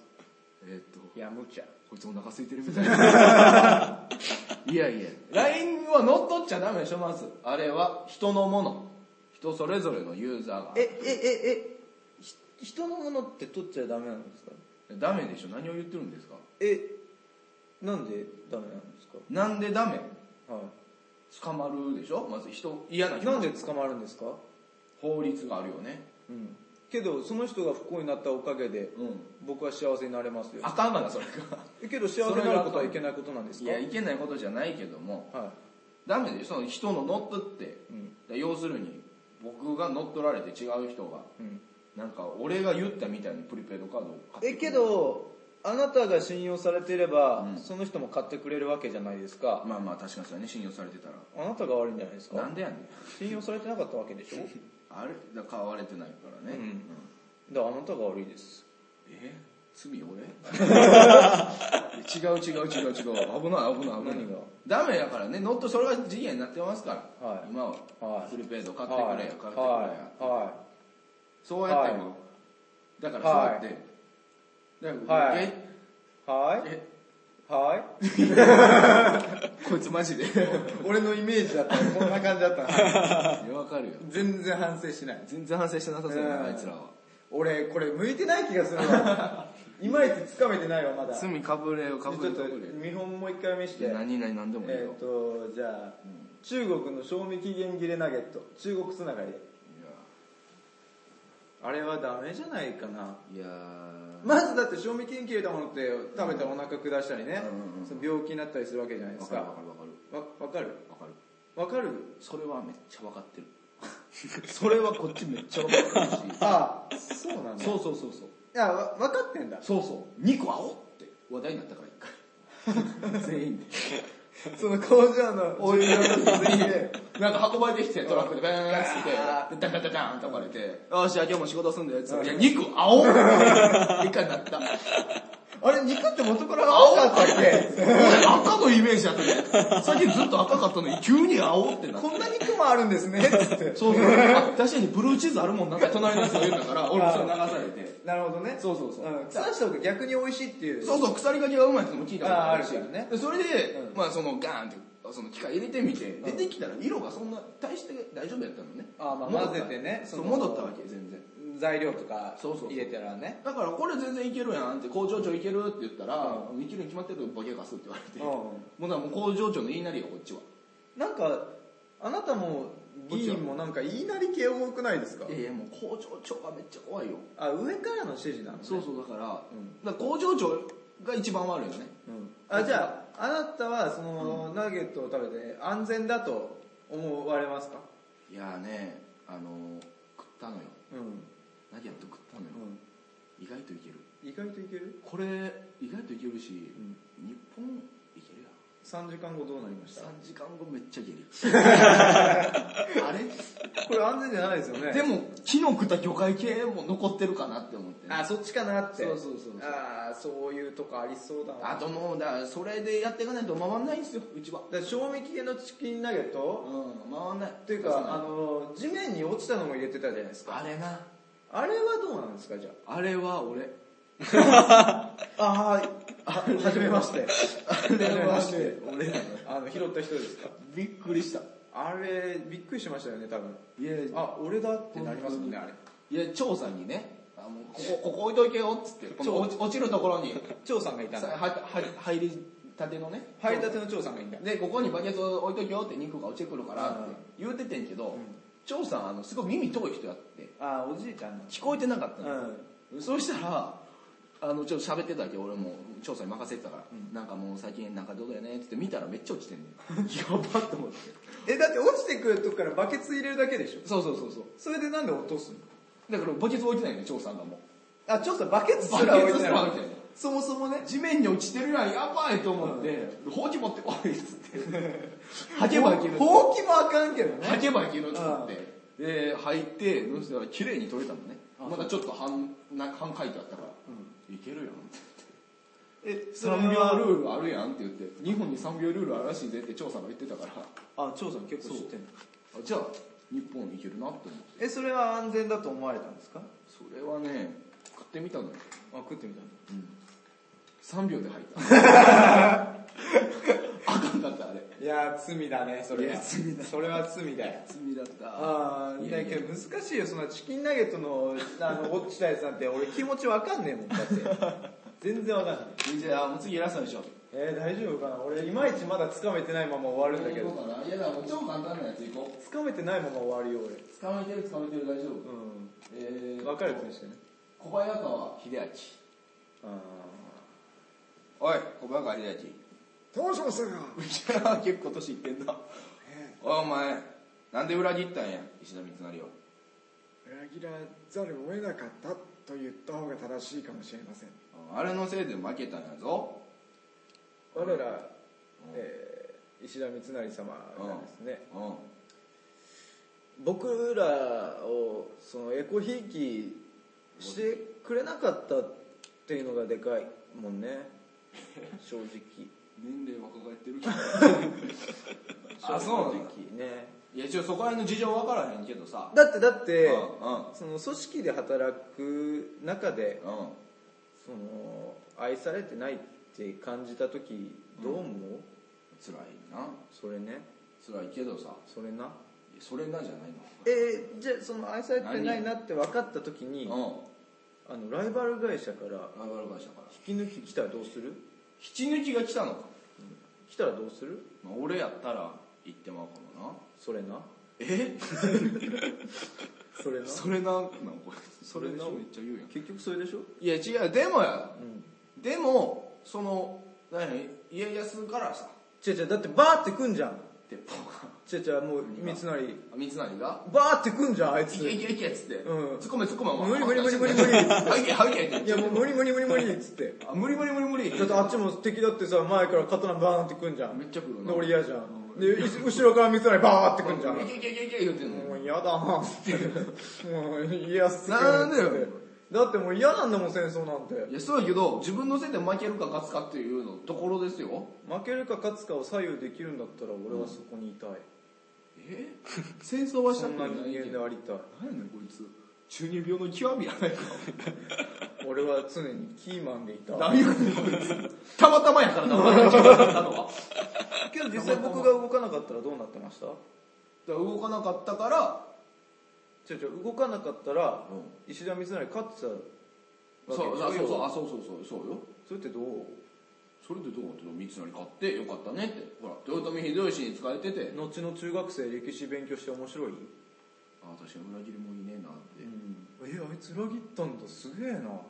Speaker 2: えーっと
Speaker 1: ヤムチャ。
Speaker 2: こいつお腹空いてるみたいな。 いやいや、LINE は乗っ取っちゃダメでしょ、まず。あれは人のもの。人それぞれのユーザーが。
Speaker 1: え、え、え、え、ひ人のものって取っちゃダメなんですか
Speaker 2: ダメでしょ、何を言ってるんですか
Speaker 1: え、なんでダメなんですか
Speaker 2: なんでダメ
Speaker 1: はい。
Speaker 2: 捕まるでしょまず人、嫌な人。
Speaker 1: なんで捕まるんですか
Speaker 2: 法律があるよね。
Speaker 1: うん。けど、その人が不幸になったおかげで、
Speaker 2: うん。
Speaker 1: 僕は幸せになれますよ。
Speaker 2: あかんがな、それが。
Speaker 1: えけど、幸せになることはいけないことなんです
Speaker 2: い
Speaker 1: か
Speaker 2: や、いけないことじゃないけども、
Speaker 1: は
Speaker 2: ダメでしょ、その人の乗っ取って。
Speaker 1: い。うん。
Speaker 2: だ要するに、僕が乗っ取られて違う人が、
Speaker 1: うん。
Speaker 2: なんか俺が言ったみたいにプリペイドカードを買って
Speaker 1: え、
Speaker 2: く
Speaker 1: け、
Speaker 2: る
Speaker 1: ど、あなたが信用されていれば、
Speaker 2: うん
Speaker 1: その人も買ってくれるわけじゃないですか。
Speaker 2: まあまあ確かにそれね、信用されてたら。
Speaker 1: あなたが悪いんじゃないです
Speaker 2: な
Speaker 1: か
Speaker 2: んでやねん
Speaker 1: 信用されてなかったわけでしょ
Speaker 2: あれだから買われてないからね、
Speaker 1: うんだからあなたが悪いです。
Speaker 2: え罪 俺違う違う違う違う危ない危ない危ない
Speaker 1: 何が
Speaker 2: ダメやからねノットそれが事件になってますから、
Speaker 1: はい
Speaker 2: 今は、
Speaker 1: はい
Speaker 2: プリペイド買ってくれや、
Speaker 1: はい
Speaker 2: 買ってくれや、
Speaker 1: はい。は
Speaker 2: そうやっても、
Speaker 1: は
Speaker 2: だからそうやって、だから、
Speaker 1: はい
Speaker 2: え
Speaker 1: い。はい。
Speaker 2: え
Speaker 1: はい。
Speaker 2: こいつマジでいや
Speaker 1: 俺のイメージだったらこんな感じだったな
Speaker 2: わかるよ
Speaker 1: 全然反省しない
Speaker 2: 全然反省してなさそうだ
Speaker 1: うん
Speaker 2: なあいつらは
Speaker 1: 俺これ向いてない気がする わいまいちつかめてないわまだちょっ
Speaker 2: 罪かぶれよかぶ
Speaker 1: と
Speaker 2: れかぶれよ
Speaker 1: 見本もう一回見し
Speaker 2: い
Speaker 1: て
Speaker 2: や何々何でもいいよ、
Speaker 1: えっ、とじゃあ、中国の賞味期限切れナゲット中国つながりであれはダメじゃないかない
Speaker 2: やいやー
Speaker 1: まずだって賞味期限切れたものって食べたらお腹下したりね、
Speaker 2: うんうんうん
Speaker 1: その病気になったりするわけじゃないで
Speaker 2: わ
Speaker 1: す
Speaker 2: か
Speaker 1: か
Speaker 2: るわ
Speaker 1: わ
Speaker 2: かるわかる
Speaker 1: わかる
Speaker 2: わかる
Speaker 1: わかる
Speaker 2: それはめっちゃ分か ってるそれはこっちめっちゃ分かってるし
Speaker 1: ああそうなんだい
Speaker 2: そうそうそうそう
Speaker 1: やわ分かってんだ
Speaker 2: そうそう2個あおって話題になったから 一回全員で
Speaker 1: その工場のお湯の水で
Speaker 2: なんか運ばれてきてトラックでバーンって
Speaker 1: ガ
Speaker 2: 来てダンダンダンダンって呼ばれて「よーしじゃあ今日も仕事すんだよ」っつって「いや2個あ お!」って回なった
Speaker 1: あれ肉って元から青かったっけ
Speaker 2: 俺赤のイメージだった ねさっきずっと赤かったのに急にあおってなった
Speaker 1: こんな肉もあるんですねつって
Speaker 2: そうそうあ確かにブルーチーズあるもんなって隣の人が言うんだから俺もそれ流されて
Speaker 1: なるほどね
Speaker 2: そうそうそうん
Speaker 1: 腐した方が逆に美味しいっていう
Speaker 2: そうそう、腐りかけがうまいってのも聞いたことあるし。
Speaker 1: あーあるからね
Speaker 2: でそれで、
Speaker 1: うん
Speaker 2: まあそのガーンって、その機械入れてみて、出てきたら色がそんな、大して大丈夫やったのね。
Speaker 1: あーまあ
Speaker 2: 戻った
Speaker 1: 混ぜてね
Speaker 2: そう、
Speaker 1: その
Speaker 2: 戻ったわけ、全然。
Speaker 1: 材料とか
Speaker 2: そうそうそう
Speaker 1: 入れたらね
Speaker 2: だから、これ全然いけるやんって、工場長いけるって言ったら、いけるに決まってるボケがすって言われて、
Speaker 1: うん
Speaker 2: もうだからもう工場長の言いなりよ、こっちは。
Speaker 1: なんかあなたも
Speaker 2: どっち
Speaker 1: 議
Speaker 2: が
Speaker 1: 員もなんか言いなり系多くないですか
Speaker 2: いやいや、もう工場長がめっちゃ怖いよ。
Speaker 1: あ上からの指示なのね
Speaker 2: そうそう、だから、
Speaker 1: うん
Speaker 2: だから工場長が一番悪いよね。
Speaker 1: うんあじゃああなたはそのナゲットを食べて安全だと思われますか
Speaker 2: いやーね、あのー、食ったのよ。
Speaker 1: うん
Speaker 2: 何やっと食ったのよ。意外といける。
Speaker 1: 意外といける
Speaker 2: これ意外といけるし、日本いけるやん
Speaker 1: 3時間後どうなりました
Speaker 2: 3時間後めっちゃ下痢あれ
Speaker 1: これ安全じゃないですよね。
Speaker 2: でも、昨日食った魚介系も残ってるかなって思ってね、
Speaker 1: あ、そっちかなって。
Speaker 2: そうそうそうそう
Speaker 1: ああ、そういうとこありそうだな。
Speaker 2: あともう、だからそれでやっていかないと回んないんですよ、うちは。
Speaker 1: だから賞味期限のチキンナゲッ
Speaker 2: う
Speaker 1: ト、
Speaker 2: ん、回んない。
Speaker 1: っていうか、あの、地面に落ちたのも入れてたじゃないですか。
Speaker 2: あれな、
Speaker 1: あれはどうなんですか、じゃ
Speaker 2: あれは俺。
Speaker 1: あ。ああ、はじめまして。
Speaker 2: あれはね俺なのよ
Speaker 1: あの、拾った人ですか。
Speaker 2: びっくりした。
Speaker 1: あれ、びっくりしましたよね、多分。
Speaker 2: いや、
Speaker 1: あ、俺だってなりますもんね、あれ。
Speaker 2: いや、長さんにね、あもうここ、ここ置いといてよっつって、この落ち落ちるところに、
Speaker 1: 張さんがいたん
Speaker 2: さ
Speaker 1: だ。
Speaker 2: はは入りたてのね、
Speaker 1: 入りたての張さんがいた。
Speaker 2: で、ここにバケツ置いといてよって肉が落ちてくるからって
Speaker 1: うん
Speaker 2: 言うててんけど、長さん、あの、すごい耳遠い人やって、
Speaker 1: あー、おじいちゃんの。
Speaker 2: 聞こえてなかったの。
Speaker 1: うん。
Speaker 2: そうしたら、あの、ちょっと喋ってたけど、俺も、調査に任せてたから、なんかもう最近なんかどうだよねってって見たらめっちゃ落ちてんねやばっと思って。
Speaker 1: え、だって落ちてくるとこからバケツ入れるだけでしょ。
Speaker 2: そうそうそうそう。
Speaker 1: それでなんで落とすの
Speaker 2: だからバケツ置いてないね、長さんがも
Speaker 1: あ、ちょっとバケ
Speaker 2: う。
Speaker 1: ツ
Speaker 2: バ
Speaker 1: す
Speaker 2: ケ
Speaker 1: ら置い
Speaker 2: ツ
Speaker 1: て
Speaker 2: す
Speaker 1: な
Speaker 2: ら
Speaker 1: い
Speaker 2: 置い。てない。
Speaker 1: そもそもね、
Speaker 2: 地面に落ちてるやん、やばいと思って、ほうき持ってこいっつ って。はけばいける。
Speaker 1: ほうきもあかんけど
Speaker 2: は
Speaker 1: ね。
Speaker 2: けばいけるっつって。で、入って、そしたら綺麗に取れたのね。まだちょっと半、なんか半回転あったから、いけるやんって。
Speaker 1: え、
Speaker 2: 3秒ルールあるやんって言って、日本に3秒ルールあるらしいぜって調査が言ってたから、あ
Speaker 1: あ、張さん結構知ってんの
Speaker 2: じゃあ、日本いけるなって思って。
Speaker 1: え、それは安全だと思われたんですか
Speaker 2: それはね、食ってみたのよ。
Speaker 1: あ、食ってみたんだ。
Speaker 2: 3秒で入った。 あかんかった、あれ。
Speaker 1: いやー、罪だね、それ
Speaker 2: いや
Speaker 1: は。罪だ。それは罪だよ。
Speaker 2: 罪だった。
Speaker 1: あー、
Speaker 2: い
Speaker 1: い
Speaker 2: や
Speaker 1: や
Speaker 2: いや
Speaker 1: けど難しいよ、そんなチキンナゲットの、あの、落ちたやつなんて、俺気持ちわかんねえもん、だって。全然わかんない。
Speaker 2: じゃあ、もう次偉そうにしよう。
Speaker 1: えー、大丈夫かな俺、いまいちまだ掴めてないまま終わるんだけ
Speaker 2: 行
Speaker 1: ど。
Speaker 2: こうかないやだもう超簡単なやつ行こう
Speaker 1: 掴めてないまま終わるよ、俺。
Speaker 2: 掴めてる掴めてる大丈夫
Speaker 1: う
Speaker 2: えー
Speaker 1: ん。分かるやつにしてね。
Speaker 2: 小早川秀明
Speaker 1: あ
Speaker 2: おい小早川秀
Speaker 5: どうしましたか
Speaker 2: 明いや結構年いってんなおいお前なんで裏切ったんや石田三成を
Speaker 5: 裏切らざるを得なかったと言った方が正しいかもしれません
Speaker 2: あれのせいで負けたんやぞ
Speaker 1: ー我ら、えー、石田三成様がですね、
Speaker 2: うん
Speaker 1: 僕らをそのエコひいきしてくれなかったっていうのがでかいもんね正直
Speaker 2: 年齢若返ってるけど あ
Speaker 1: 正
Speaker 2: そうな
Speaker 1: 直
Speaker 2: んだ
Speaker 1: ね
Speaker 2: いやちょそこら辺の事情分からへんけどさ
Speaker 1: だってだって、
Speaker 2: うん
Speaker 1: その組織で働く中で
Speaker 2: うんうん
Speaker 1: その愛されてないって感じた時どう思う、
Speaker 2: 辛いな
Speaker 1: それね
Speaker 2: 辛いけどさ
Speaker 1: それな
Speaker 2: それなじゃない
Speaker 1: えー、じゃあその愛されてないなって分かった時に
Speaker 2: の
Speaker 1: あのライバル会社から
Speaker 2: うんライバル会社から
Speaker 1: 引き抜き来たらどうする
Speaker 2: 引き抜きが来たのか
Speaker 1: 来たらどうする
Speaker 2: まあ、俺やったら行ってまうかもな
Speaker 1: それな
Speaker 2: え
Speaker 1: それな
Speaker 2: それななんこれそ
Speaker 1: そ
Speaker 2: れ
Speaker 1: れ
Speaker 2: な
Speaker 1: な
Speaker 2: めっちゃ言うやん
Speaker 1: 結局それでしょ
Speaker 2: いや違うでもや
Speaker 1: うん
Speaker 2: でもその何家康からさ
Speaker 1: 違う違うだってバーってくんじゃん
Speaker 2: 鉄砲が
Speaker 1: 違う違うもう三成
Speaker 2: あ三成が
Speaker 1: バーってくんじゃんあい
Speaker 2: 「い
Speaker 1: つ
Speaker 2: けい
Speaker 1: い
Speaker 2: けいけ」っつって「
Speaker 1: うん
Speaker 2: 突っ込め突っ込め」
Speaker 1: 無理無理無理無理無理
Speaker 2: はいけはいけ」って
Speaker 1: やもう無理無理無理無理っつって
Speaker 2: あ無理無理無理無理
Speaker 1: だってあっちも敵だってさ前から刀バーンってくんじゃん
Speaker 2: めっちゃ来るな
Speaker 1: で俺嫌じゃんでい後ろから三成バーってくんじゃん
Speaker 2: いけいけいけいけ」言うてんの
Speaker 1: もう嫌だなって。 もう嫌っすよ
Speaker 2: なんでよ
Speaker 1: だってもう嫌なんだもん、戦争なんて。
Speaker 2: いやそうやけど自分のせいで負けるか勝つかっていうのところですよ
Speaker 1: 負けるか勝つかを左右できるんだったら俺はそこにいたい。
Speaker 2: え 戦争はし
Speaker 1: そ
Speaker 2: た
Speaker 1: ん
Speaker 2: く
Speaker 1: な
Speaker 2: ない
Speaker 1: 人
Speaker 2: け
Speaker 1: 間
Speaker 2: ど
Speaker 1: でありたい。
Speaker 2: 何やねんこいつ中二病の極みやないか
Speaker 1: 俺は常にキーマンでいたい。
Speaker 2: 何やねんこいつたまたまやからな俺が極みになったのは
Speaker 1: けど実際僕が動かなかったらどうなってました
Speaker 2: だから動かなかったから
Speaker 1: ちょちょ、動かなかったら
Speaker 2: う、
Speaker 1: 石田三成勝ってたわけ
Speaker 2: そう
Speaker 1: でしょ
Speaker 2: そうそうそうあそうそうそうそうよ
Speaker 1: それってどう
Speaker 2: それでどうかって三成買ってよかったねってほら豊臣秀吉に使えてて
Speaker 1: 後の中学生歴史勉強して面白い
Speaker 2: あ確かに裏切りもいねえなって、だか
Speaker 1: え、あいつ裏切ったんだ、すげえな。
Speaker 2: ら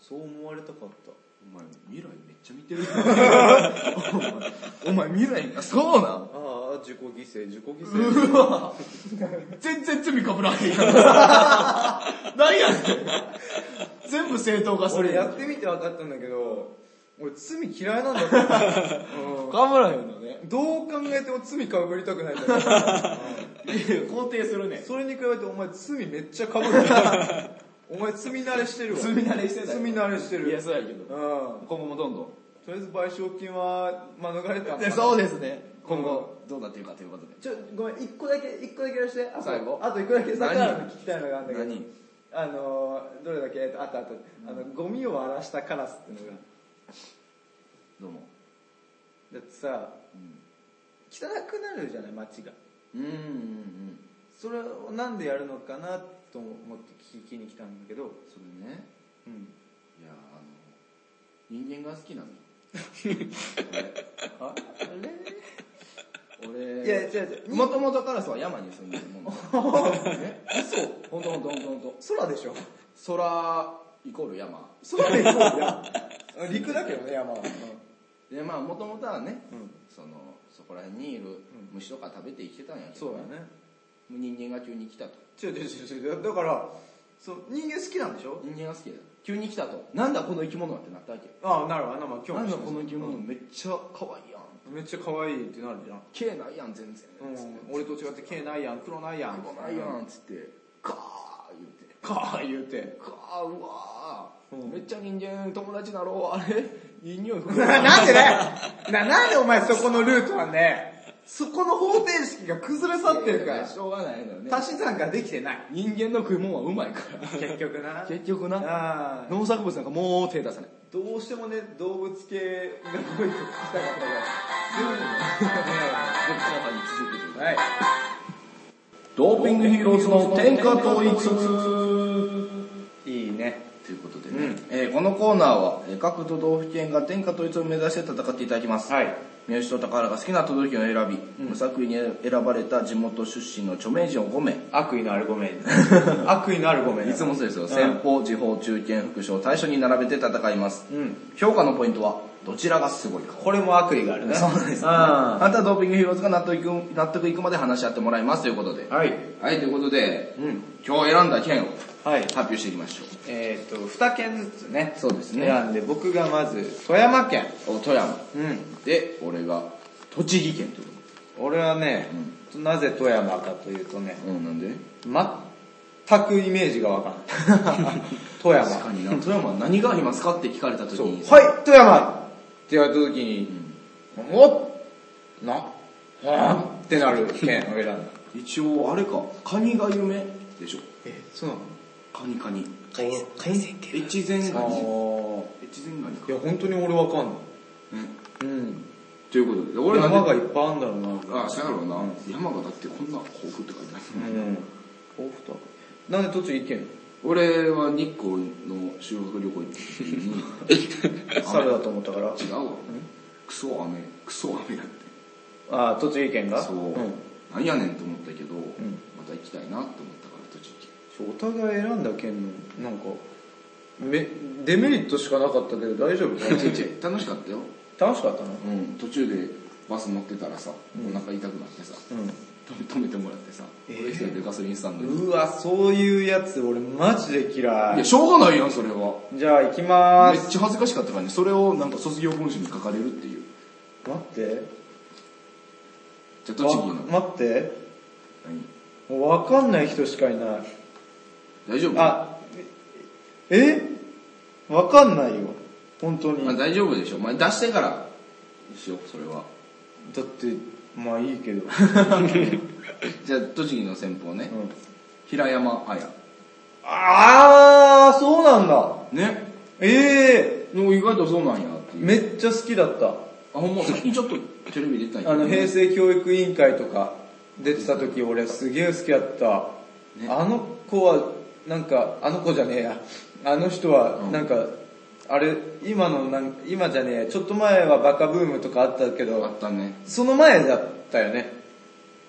Speaker 1: そう思われたかった。
Speaker 2: お前未来めっちゃ見 てるお前お前未来がそうなん
Speaker 1: ああ、自己犠牲、自己犠牲。
Speaker 2: うわ全然罪かぶら へんやん何やねん全部正当化する
Speaker 1: 俺やってみて分かったんだけど、俺罪嫌いなんだよ、うん
Speaker 2: 岡村へのね。
Speaker 1: どう考えても罪かぶりたくないんだよ
Speaker 2: 肯定するね。
Speaker 1: それに比べてお前罪めっちゃかぶるからお前罪慣れしてるわ
Speaker 2: 罪慣れしてたよ
Speaker 1: 罪慣れしてる
Speaker 2: いや、そうやけ
Speaker 1: う
Speaker 2: ど。
Speaker 1: ん
Speaker 2: 今後もどんどん。
Speaker 1: とりあえず賠償金は免れたんだ
Speaker 2: でそうですね。今後、どうなっていくかということで。
Speaker 1: ちょごめん一個だけ一個だけやらしてあと
Speaker 2: 最後
Speaker 1: あと一個だけさっきから聞きたいのがあるんだけど
Speaker 6: 何
Speaker 1: あのーどれだっけえっとあったあった、あのゴミを荒らしたカラスっていうのが
Speaker 2: どうも。
Speaker 1: だってさ、汚くなるじゃない街が
Speaker 2: うんうんうん。
Speaker 1: それをなんでやるのかなと思って聞きに来たんだけど、
Speaker 2: それね。
Speaker 1: うん、
Speaker 2: いや、あの、人間が好きなの。俺、俺、
Speaker 1: いや違う違う
Speaker 2: もともとカラスは山に住んでる もんだ。ね、そう。ほんとほんとほんとほんと。
Speaker 1: 空でしょ
Speaker 2: 空イコール山。
Speaker 1: 空で行こうよ陸だけどね山は、
Speaker 2: で、まあ、もともとはね、
Speaker 1: うん
Speaker 2: その、そこら辺にいる虫とか食べて生きてたんやけ
Speaker 1: そ
Speaker 2: ど、
Speaker 1: うだね
Speaker 2: 人間が急に来たと。
Speaker 1: 違う違う違う違うだからそう人間好きなんでしょ
Speaker 2: 人間が好きだよ。急に来たと。なんだこの生き物はってなったわけ。
Speaker 1: ああなるほどなまあ今
Speaker 2: なん
Speaker 1: 日
Speaker 2: だこの生き物めっちゃ可愛いやん。
Speaker 1: めっちゃ可愛いってなるじゃん
Speaker 2: 毛ないやん、全然。つ って
Speaker 1: うん、俺と違って毛ないやん黒ないやん
Speaker 2: こないやんっつって、カー言って。カー言うて。カー、うわー、めっちゃ人間友達なろう、あれいい匂い
Speaker 1: な なんでねな、なんでお前そこのルートはね、そこの方程式が崩れ去ってるから、
Speaker 2: しょうがないのよね。
Speaker 1: 足し算ができてない。
Speaker 2: 人間の食い物はうまいから。
Speaker 1: 結局な。
Speaker 2: 結局な、
Speaker 1: ああ
Speaker 2: 農作物なんかもう手出さない。
Speaker 1: どうしてもね、動物系が多いと聞きたかったから、
Speaker 2: 僕後半に続けて
Speaker 1: 全部ね。はい。
Speaker 2: ドーピングヒーローズの天下統一
Speaker 1: いいね。
Speaker 2: ということでね、えーこのコーナーはえー各都道府県が天下統一を目指して戦っていただきます。
Speaker 1: はい。
Speaker 2: 三好と高原が好きな都道府県を選び、無作為に選ばれた地元出身の著名人を5名、
Speaker 1: 悪意のあるご めん。悪意のあるごめん。
Speaker 2: いつもそうですよ。
Speaker 1: ん
Speaker 2: 先方、地方、中堅、副将、大将に並べて戦います。
Speaker 1: うん
Speaker 2: 評価のポイントは、どちらがすごいか。
Speaker 1: これも悪意があるね。
Speaker 2: そうです、ね。
Speaker 1: あ
Speaker 2: あとはドーピングヒーローズが納得いく、納得いくまで話し合ってもらいますということで。
Speaker 1: はい。
Speaker 6: はい、ということで、
Speaker 1: うん。
Speaker 6: 今日選んだ県を
Speaker 1: はい。
Speaker 6: 発表していきましょ
Speaker 1: えっ、と、二件ずつね。
Speaker 6: う。そうですね。
Speaker 1: 選んで、僕がまず、富山県。
Speaker 6: お富山。
Speaker 1: うん。
Speaker 6: で、俺が栃木県というこ
Speaker 1: 俺はね、なぜ富山かというとね、
Speaker 6: と。うん、なんで
Speaker 1: 全くイメージがわかんない。 富山。
Speaker 6: 確かにな、富山は何がありますかって聞かれた時
Speaker 1: そう
Speaker 6: に、
Speaker 1: はい、富山って言われた時に、おな、はぁってなる県を選んだ。
Speaker 6: 一応あれか、カニが夢でしょ。
Speaker 1: え、そうなの
Speaker 6: カニカニ。
Speaker 7: 海鮮系
Speaker 6: 越前ガ
Speaker 1: あ
Speaker 6: ニ。
Speaker 1: ー
Speaker 6: 越前ガニか。
Speaker 1: いや、本当に俺わかんない。うん。
Speaker 6: ということで、俺なんで
Speaker 1: 山がいっぱいあんだろうな。
Speaker 6: あ、そうやろうな。山がだってこんな豊富って書いてない。
Speaker 1: うん。豆腐と。なんで栃木行けんの
Speaker 6: 俺は日光の修学旅行行った時 に、
Speaker 1: 猿だと思ったから。
Speaker 6: 違うわ。クソ雨、クソ雨だって。
Speaker 1: あー、栃木県が
Speaker 6: そう。
Speaker 1: ん
Speaker 6: なんやねんと思ったけど、また行きたいなと思ったから栃木。
Speaker 1: お互い選んだ県の、なんか、め、デメリットしかなかったけど大丈夫かな
Speaker 6: ちっちゃい楽しかったよ。
Speaker 1: 楽しかったな。
Speaker 6: うん、途中でバス乗ってたらさ、お腹痛くなってさ、止めてもらってさ、俺一人でガソリンスタンドに。
Speaker 1: うわ、そういうやつ俺マジで嫌
Speaker 6: いや、
Speaker 1: い。
Speaker 6: しょうがないやん、それは。
Speaker 1: じゃあ行きま
Speaker 6: め
Speaker 1: ー
Speaker 6: っ
Speaker 1: す。
Speaker 6: ちゃ恥ずかしかったからね、それをなんか卒業文集に書かれるっていう。
Speaker 1: 待って。
Speaker 6: じゃあ、栃木の。
Speaker 1: わ待って。
Speaker 6: 何
Speaker 1: もうわかんない人しかいない。
Speaker 6: 大丈夫
Speaker 1: あ、ええわかんないよ。本当に。
Speaker 6: まあ
Speaker 1: だ
Speaker 6: 大丈夫でしょ。まあ出してからにしよう、それ は。
Speaker 1: って、まあいいけど。
Speaker 6: じゃあ、栃木の先方ね。平山綾。
Speaker 1: あー、そうなんだ。
Speaker 6: ね。
Speaker 1: ええ
Speaker 6: でも意外とそうなんやっていう。
Speaker 1: めっちゃ好きだった。
Speaker 6: あ、ほんま、最近ちょっとテレビ出てたんや
Speaker 1: あ
Speaker 6: けど
Speaker 1: の、
Speaker 6: ね
Speaker 1: 平成教育委員会とか出てた時俺すげえ好きだった。
Speaker 6: ね
Speaker 1: あの子は、なんか、あの子じゃねえや。あの人は、なんか、あれ、今のなん、今じゃねえや、ちょっと前はバカブームとかあったけ
Speaker 6: あ
Speaker 1: ど
Speaker 6: っ、たね。
Speaker 1: その前だったよね。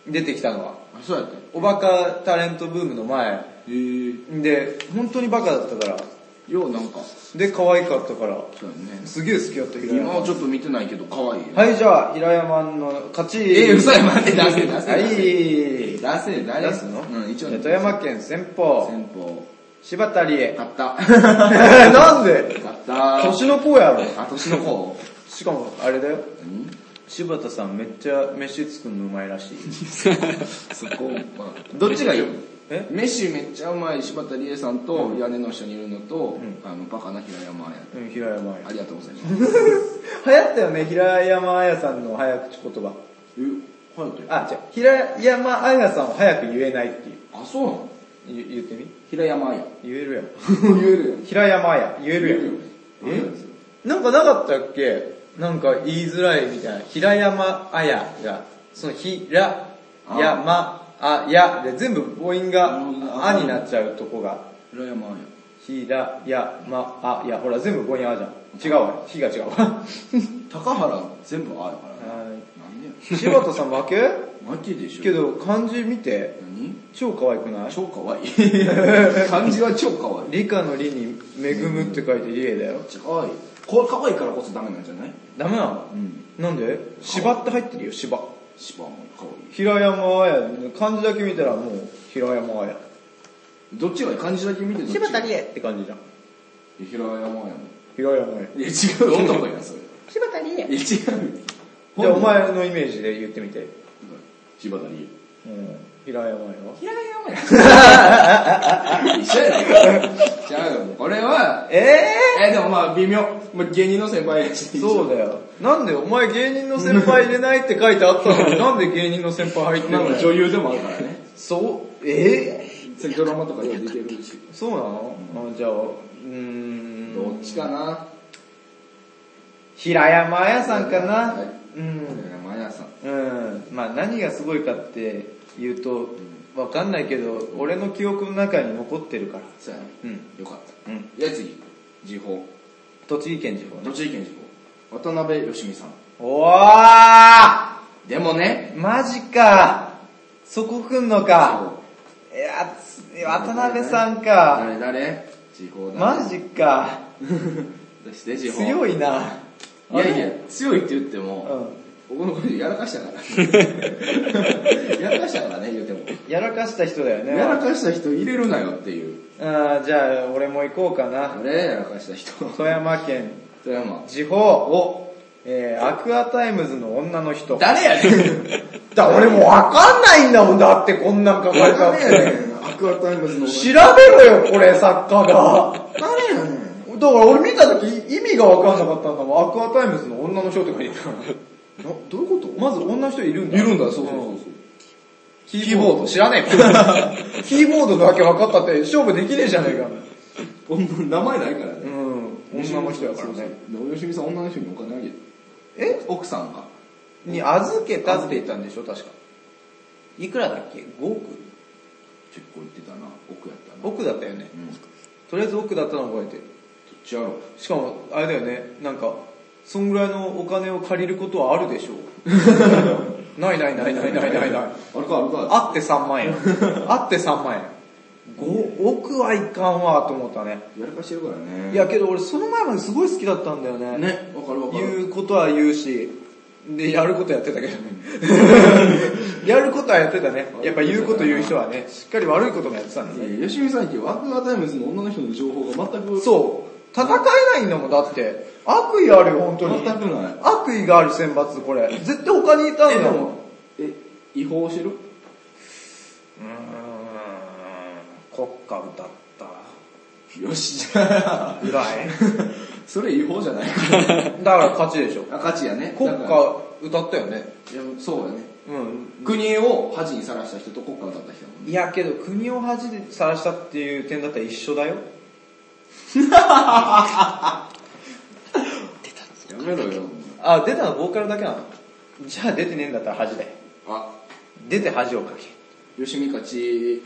Speaker 1: 出てきたのは。
Speaker 6: あ、そうやった。
Speaker 1: おバカタレントブームの前。
Speaker 6: へえ。
Speaker 1: で、本当にバカだったから。
Speaker 6: ようなんか、
Speaker 1: で、可愛かったから。
Speaker 6: そうやね。
Speaker 1: すげえ好きだったけど。
Speaker 6: 今はちょっと見てないけど、可愛いよ。
Speaker 1: はい、じゃあ、平山の勝ち。
Speaker 6: えー、嘘や、待って、出せ、出せ。
Speaker 1: はい。
Speaker 6: 出せ、誰
Speaker 1: 出すの
Speaker 6: うん、一応、
Speaker 1: 富山県先方、
Speaker 6: 先方、
Speaker 1: 柴田理恵。
Speaker 6: 買った。
Speaker 1: なんで
Speaker 6: 買った。
Speaker 1: 年の子やろ。
Speaker 6: あ、年の子
Speaker 1: しかも、あれだよ。
Speaker 6: 何
Speaker 1: 柴田さんめっちゃ飯作るのうまいらし い。
Speaker 6: そこ、まあ、どっちがいい
Speaker 1: え
Speaker 2: 飯めっちゃうまい柴田理恵さんと屋根の下にいるのと、あの、バカな平山や。
Speaker 1: うん、平山綾。
Speaker 2: ありがとうございます。
Speaker 1: 流行ったよね、平山綾さんの早口言葉。
Speaker 2: え、はやと
Speaker 1: あ、じゃ平山綾さんを早く言えないっていう。
Speaker 2: あ、そうなの
Speaker 1: ゆ言ってみ
Speaker 2: 平山や。
Speaker 1: 言えるやん。
Speaker 2: 言えるよ。
Speaker 1: 平山綾、言えるやん。
Speaker 2: 言えるよ。
Speaker 1: なんかなかったっけなんか言いづらいみたいな。平山あやが、その平山あやで全部母音があになっちゃうとこが。
Speaker 2: 平山や。
Speaker 1: 平山あや、ほら全部母音あじゃん。違うわ、ひが違うわ。
Speaker 2: 高原全部あやからね。なんでや。
Speaker 1: 柴田さん負け
Speaker 2: マジでしょ。
Speaker 1: けど漢字見て、
Speaker 2: 何
Speaker 1: 超可愛くない
Speaker 2: 超可愛い。漢字は超可愛い。
Speaker 1: 理科の理に恵むって書いて理恵だよ。
Speaker 2: 可愛い。これ可愛いからこそダメなんじゃない
Speaker 1: ダメなの
Speaker 2: うん。
Speaker 1: なんで芝って入ってるよ、芝。
Speaker 2: 芝も可愛
Speaker 1: 平山あや、漢字だけ見たらもう平山あや。
Speaker 2: い。どっちがいい漢字だけ見てどっちがいい
Speaker 1: 理恵って感じじゃん。
Speaker 2: 平山やもん。
Speaker 1: 平山あや。
Speaker 2: いや違う男やそれ。
Speaker 1: 柴田理恵。
Speaker 2: いや違う。
Speaker 1: じゃあお前のイメージで言ってみて。
Speaker 2: 柴田理
Speaker 1: うん、平山あや
Speaker 2: 恵。平山や。一緒やないか。 違うよ。これは、
Speaker 1: え
Speaker 2: え、でもまあ微妙。まあ芸人の先輩やし。
Speaker 1: そうだよ。なんでお前芸人の先輩入れないって書いてあった のになんで芸人の先輩入って
Speaker 2: まあ
Speaker 1: る
Speaker 2: まあ
Speaker 1: の
Speaker 2: 女優でもあるからね。
Speaker 1: そう、え
Speaker 2: それドラマとかよう出てるし。
Speaker 1: ー、そうなの、あじゃあ、うーん。
Speaker 2: どっちかな。
Speaker 1: 平山あやさんかな、
Speaker 2: はい
Speaker 1: うん。
Speaker 2: 平山やさん。
Speaker 1: うん、まあ何がすごいかって言うと、わかんないけど、俺の記憶の中に残ってるから。
Speaker 2: そうやね。
Speaker 1: うん。
Speaker 2: よかった。
Speaker 1: うん。
Speaker 2: いや次、時報。
Speaker 1: 栃木県地方ね。
Speaker 2: 栃木県時報。渡辺よしみさん。
Speaker 1: おー
Speaker 2: でもね、
Speaker 1: マジかそこ来んのかいや、つ渡辺さんか
Speaker 2: 誰誰時報だ。
Speaker 1: マジか
Speaker 2: そして時報。
Speaker 1: 強いな。
Speaker 2: いやいや、強いって言って
Speaker 1: う
Speaker 2: も、
Speaker 1: ん。
Speaker 2: 僕の声でやらかした から。やらかしたからね、言うても。
Speaker 1: やらかした人だよね。
Speaker 2: やらかした人入れるなよっていう。
Speaker 1: あーじゃあ、俺も行こうか
Speaker 2: あ
Speaker 1: な。
Speaker 2: れやらかした人。
Speaker 1: 富山県
Speaker 2: 富山。
Speaker 1: 地方を、えー、アクアタイムズの女の人。
Speaker 2: 誰やねん。
Speaker 1: だ、俺もうわかんないんだもん、だってこんなん書かれたっ
Speaker 2: 誰
Speaker 1: て。
Speaker 2: やねん。アクアタイムズの。
Speaker 1: 調べろよ、これ、作家が。
Speaker 2: 誰やねん。
Speaker 1: だから俺見た時意味がわかんなかったんだもん。アクアタイムズの女の人って書いてある。などういうことまず女の人いるんだ。
Speaker 2: いるんだ、そうそうそうそう。
Speaker 1: キーボード知らねえもんキーボードだけ分かったって勝負できねえじゃねえか。
Speaker 2: こんな名前ないから
Speaker 1: う
Speaker 2: ね。
Speaker 1: ん。女の人やから
Speaker 2: そう
Speaker 1: ね。
Speaker 2: そう。でも、よしみさん女の人にお金あげる。
Speaker 1: え
Speaker 2: 奥さんが。
Speaker 1: に預けたって言ったんでしょ、確か。いくらだっけ ?5 億
Speaker 2: 結構言ってたな、奥やったな。
Speaker 1: 億だったよね。
Speaker 2: うん。どっ
Speaker 1: とりあえず億だったの覚えてる。
Speaker 2: ちやろう。
Speaker 1: しかも、あれだよね、なんか、そんぐらいのお金を借りることはあるでしょ う。ないないないないないないない。
Speaker 2: あれか、あれか。
Speaker 1: あって3万 円。あって3万円。5億はいかんわと思ったね。
Speaker 2: やらかしてるからね。
Speaker 1: いやけど俺その前まですごい好きだったんだよね。
Speaker 2: ね、わかるわかる。
Speaker 1: 言うことは言うし、で、やることやって たけどね。やることはやってたね。やっぱ言うこと言う人はね、しっかり悪いこともやってたんだね。
Speaker 2: よしみさんってワークアタイムズの女の人の情報が全く、
Speaker 1: そう。戦えないんだもん、だって。悪意あるよ、本当に。
Speaker 2: 全 くない。
Speaker 1: 悪意がある選抜、これ。絶対他にいたん
Speaker 2: え、で
Speaker 1: だもん。
Speaker 2: も、え、違法してる
Speaker 1: うーん。国歌歌っ
Speaker 2: よし、じゃあ
Speaker 1: た。ぐらい。
Speaker 2: それ違法じゃないから。
Speaker 1: だから勝ちでしょ。
Speaker 2: あ、価値やね。
Speaker 1: 国
Speaker 2: だから
Speaker 1: 歌歌ったよね。
Speaker 2: いやそうやね。
Speaker 1: うん。
Speaker 2: 国を恥にさらした人と国家を立った人やもんね。
Speaker 1: いやけど、国を恥で晒したっていう点だったら一緒だよ。
Speaker 2: やめろよ。
Speaker 1: あ、出たのボーカルだけなのじゃあ出てねえんだったら恥だよ。
Speaker 2: あ、
Speaker 1: 出て恥をかけ。
Speaker 2: よしみ勝ち。